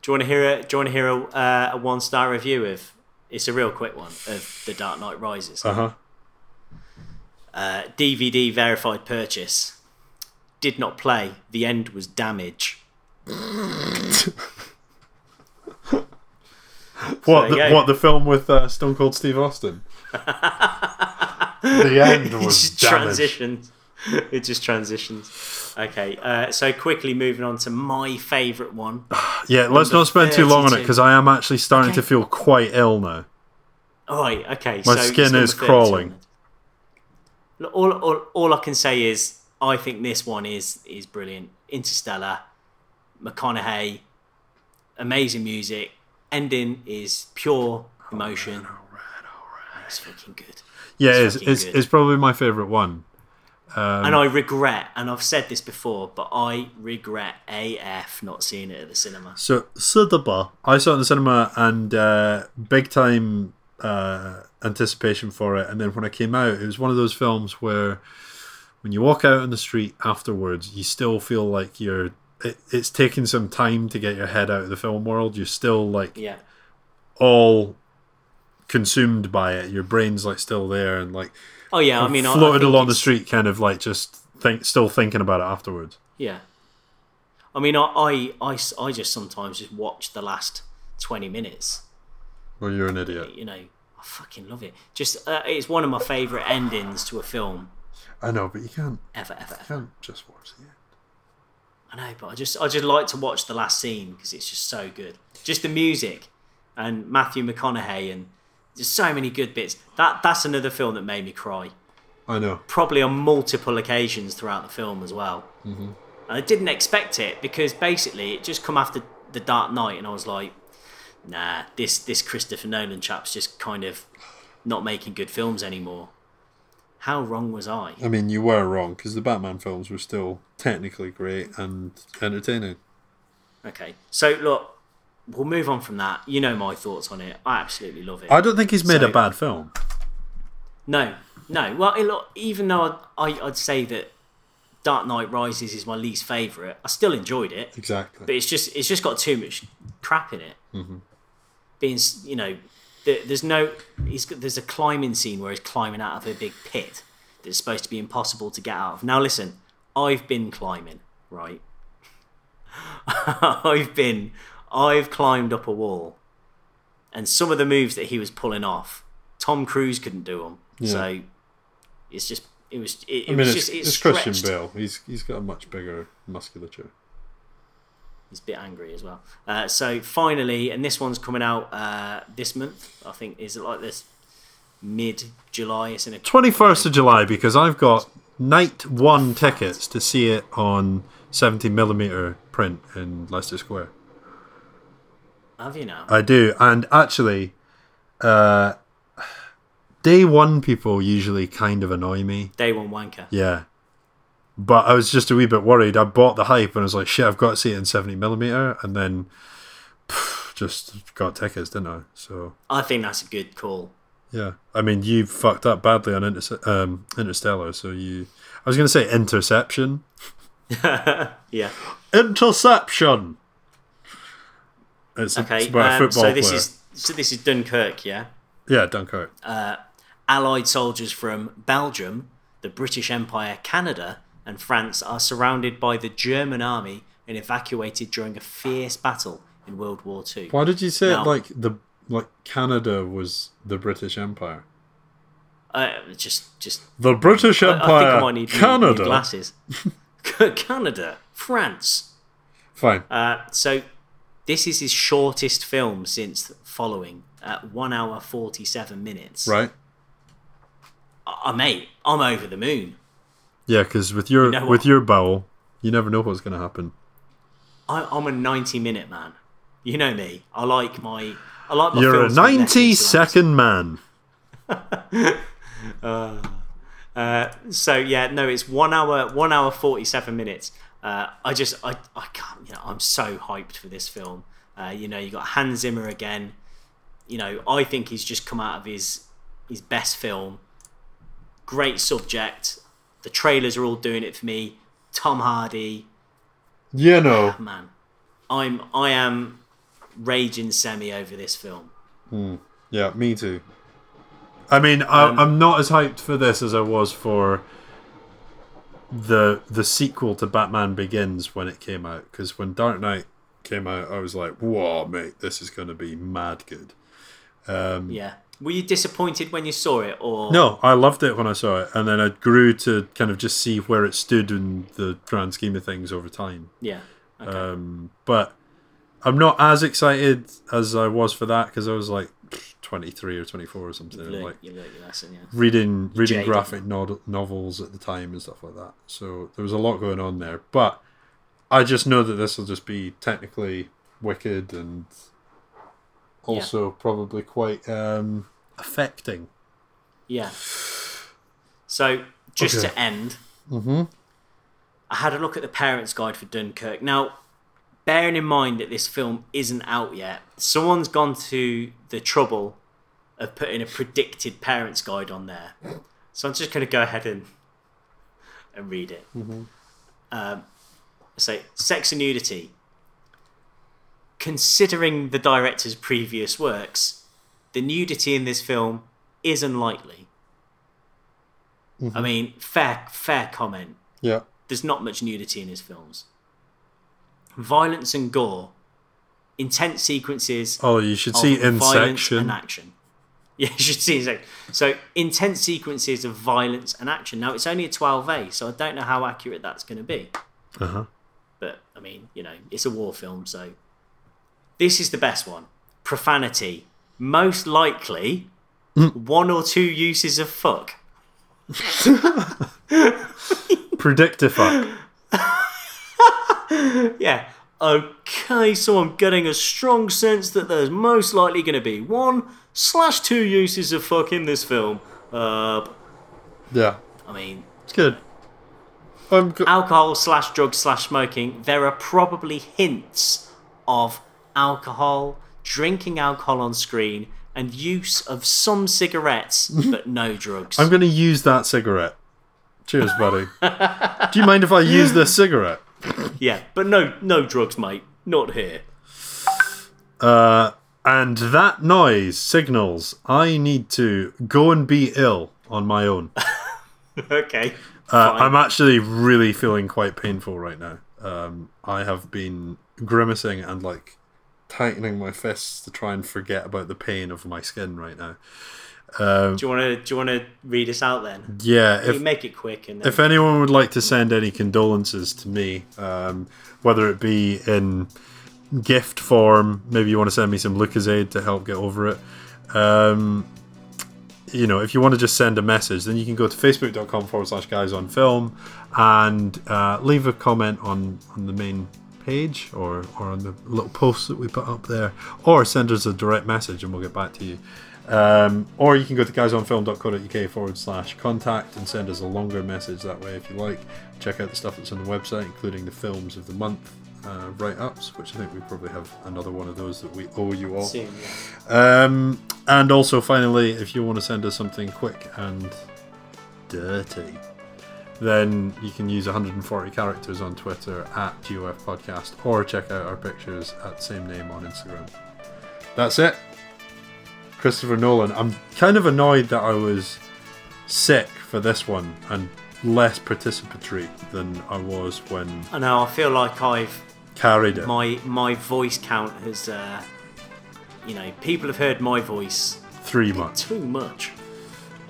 A: Do you want to hear a? Do you want to hear a, uh, a one star review of? It's a real quick one of The Dark Knight Rises.
B: Uh huh.
A: Uh, DVD verified purchase. Did not play. The end was damage.
B: What
A: you
B: the,
A: go.
B: what the film with uh, Stone Cold Steve Austin? the end
A: It
B: was
A: just
B: damaged.
A: transitions. It just transitions. Okay, uh, so quickly moving on to my favourite one.
B: Yeah, let's
A: Number
B: not spend too long on it
A: 32.
B: because I am actually starting to feel quite ill now.
A: All right, okay.
B: My
A: so it's
B: skin
A: number
B: is
A: 32
B: crawling.
A: then. Look, All, all, all I can say is I think this one is is brilliant. Interstellar, McConaughey, amazing music. Ending is pure emotion. It's fucking good.
B: Yeah,
A: It's
B: it's
A: fucking
B: it's,
A: good.
B: it's probably my favorite one. Um,
A: and I regret, and I've said this before, but I regret AF not seeing it at the cinema.
B: So cinema, I saw it in the cinema and uh, big time uh, anticipation for it. And then when I came out, it was one of those films where when you walk out on the street afterwards, you still feel like you're. It, it's taken some time to get your head out of the film world. You're still like
A: Yeah.
B: all consumed by it. Your brain's like still there and like
A: Oh yeah, I mean, I- I
B: floated
A: think
B: along the
A: it's-
B: street, kind of like just think, still thinking about it afterwards.
A: Yeah. I mean, I, I, I s- I just sometimes just watch the last 20 minutes.
B: Well, you're an idiot.
A: You know, I fucking love it. Just, uh, it's one of my favourite endings to a film
B: I know, but you can't
A: ever, ever, ever.
B: can't just watch the end.
A: I I know, but I just I just like to watch the last scene because it's just so good. Just the music and Matthew McConaughey and just so many good bits. That that's another film that made me cry.
B: I know.
A: Probably on multiple occasions throughout the film as well. Mm-hmm. And I didn't expect it because basically it just come after the Dark Knight, and I was like, nah, this this Christopher Nolan chap's just kind of not making good films anymore. How wrong was I?
B: I mean, you were wrong because the Batman films were still technically great and entertaining.
A: Okay, so look, we'll move on from that. You know my thoughts on it. I absolutely love it.
B: I don't think he's made
A: So-
B: a bad film.
A: No, no. Well, it, look, even though I, I, I'd say that Dark Knight Rises is my least favorite, I still enjoyed it.
B: Exactly.
A: But it's just it's just got too much crap in it.
B: Mm-hmm.
A: Being s- you know, there, there's no he's got, there's a climbing scene where he's climbing out of a big pit that's supposed to be impossible to get out of. Now listen, I've been climbing, right? I've been I've climbed up a wall, and some of the moves that he was pulling off, Tom Cruise couldn't do them. So it's just it was it, it
B: I mean,
A: was
B: it's,
A: just
B: it's,
A: it's
B: Christian
A: stretched.
B: Bale. He's he's got a much bigger musculature.
A: He's a bit angry as well. Uh, so finally, and this one's coming out uh, this month. I think is it like this mid July? It's in a
B: Twenty first of July because I've got night one tickets to see it on seventy millimeter print in Leicester Square.
A: Have you now?
B: I do, and actually, uh, day one people usually kind of annoy me.
A: Day one wanker.
B: Yeah. But I was just a wee bit worried. I bought the hype and I was like, shit, I've got to see it in 70mm. And then pff, just got tickets, didn't I? So,
A: I think that's a good call.
B: yeah. I mean, you fucked up badly on Inter- um, Interstellar. So you. I was going to say Interception.
A: Yeah.
B: Interception! It's,
A: Okay.
B: it's about a
A: um,
B: football
A: so this
B: player.
A: is Uh, so this is Dunkirk. Yeah.
B: Yeah, Dunkirk.
A: Allied soldiers from Belgium, the British Empire, Canada, and France are surrounded by the German army and evacuated during a fierce battle in World War Two.
B: Why did you say it
A: No.
B: like the. Like Canada was the British Empire.
A: Uh, just just
B: The British
A: I-
B: Empire.
A: I think I might need new-
B: Canada.
A: new glasses. Canada, France.
B: Fine.
A: Uh, so this is his shortest film since following at one hour forty-seven minutes.
B: right.
A: Uh, mate, I'm over the moon.
B: Yeah, because with your
A: know
B: with
A: what?
B: your bowel, you never know what's going to happen.
A: I, I'm a ninety-minute man. You know me. I like my. I like my.
B: You're a
A: films with less than two hours.
B: ninety-second man.
A: So yeah, no, it's one hour, one hour forty-seven minutes. Uh, I just, I, I can't. You know, I'm so hyped for this film. Uh, you know, you got Hans Zimmer again. You know, I think he's just come out of his his best film. Great subject. The trailers are all doing it for me. Tom Hardy,
B: You know.
A: man, I'm, I am raging semi over this film.
B: Yeah, me too. I mean, I,
A: Um,
B: I'm not as hyped for this as I was for the the sequel to Batman Begins when it came out. Because when Dark Knight came out, I was like, "Whoa, mate, this is going to be mad good."
A: Yeah. Were you disappointed when you saw it, or
B: No, I loved it when I saw it, and then I grew to kind of just see where it stood in the grand scheme of things over time.
A: Yeah. Okay.
B: but I'm not as excited as I was for that because I was like 23 or 24 or something,
A: Look,
B: like
A: you look, you lesson, yeah.
B: reading reading
A: jaded.
B: graphic nod- novels at the time and stuff like that. So there was a lot going on there, but I just know that this will just be technically wicked and also probably quite um, affecting.
A: Yeah. So just
B: Okay.
A: to end, I had a look at the parents' guide for Dunkirk. Now, bearing in mind that this film isn't out yet, someone's gone to the trouble of putting a predicted parents' guide on there. So I'm just going to go ahead and and read it. Um, so, sex and nudity. Considering the director's previous works, the nudity in this film is unlikely. I mean, fair fair comment.
B: Yeah.
A: There's not much nudity in his films. Violence and gore, intense sequences
B: Oh, you should see
A: of
B: in
A: violence
B: section.
A: and action. Yeah, you should see in section. So intense sequences of
B: Uh-huh.
A: violence and action. Now it's only a 12A, so I don't know how accurate that's going to be. Uh huh. But I mean, you know, it's a war film, so this is the best one. Profanity, most likely
B: Hmm.
A: one or two uses of fuck.
B: Predict a fuck.
A: Yeah. Okay, so I'm getting a strong sense that there's most likely going to be one slash two uses of fuck in this film. Uh,
B: Yeah,
A: I mean,
B: it's good. I'm go-
A: alcohol slash drug slash smoking, there are probably hints of alcohol, drinking alcohol on screen, and use of some cigarettes, but no drugs.
B: I'm going to use that cigarette. Cheers, buddy. Do you mind if I use this cigarette?
A: Yeah, but no, no drugs, mate. Not here.
B: And that noise signals I need to go and be ill on my own.
A: Okay.
B: Uh, I'm actually really feeling quite painful right now. Um, I have been grimacing and like tightening my fists to try and forget about the pain of my skin right now.
A: Do you want to? Do you want to read us out then?
B: Yeah,
A: You
B: if
A: make it quick and then
B: if anyone would like to send any condolences to me, um, whether it be in gift form, maybe you want to send me some Lucasade to help get over it. Um, you know, if you want to just send a message, then you can go to facebook.com forward slash guys on film and uh, leave a comment on, on the main page or, or on the little post that we put up there, or send us a direct message and we'll get back to you. Um, or you can go to guysonfilm.co.uk forward slash contact and send us a longer message that way if you like. Check out the stuff that's on the website, including the films of the month uh, write ups, which I think we probably have another one of those that we owe you all.
A: soon. yeah.
B: Um, and also, finally, if you want to send us something quick and dirty, then you can use 140 characters on Twitter at GOF Podcast or check out our pictures at same name on Instagram. That's it. Christopher Nolan. I'm kind of annoyed that I was sick for this one and less participatory than I was when
A: I know. I feel like I've
B: carried it.
A: my my voice count has. Uh, you know, people have heard my voice
B: Three months.
A: too much.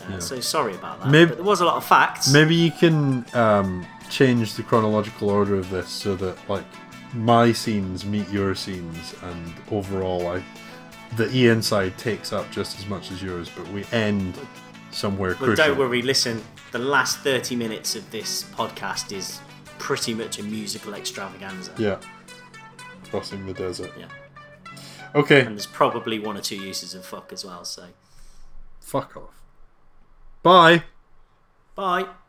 A: Uh, So sorry about that.
B: Mayb-
A: but there was a lot of facts.
B: Maybe you can um, change the chronological order of this so that like my scenes meet your scenes, and overall, I the Ian side takes up just as much as yours, but we end somewhere
A: but
B: crucial.
A: don't worry. Listen, the last thirty minutes of this podcast is pretty much a musical extravaganza.
B: Yeah, crossing the desert.
A: Yeah.
B: Okay,
A: And there's probably one or two uses of fuck as well. So
B: fuck off. Bye.
A: bye.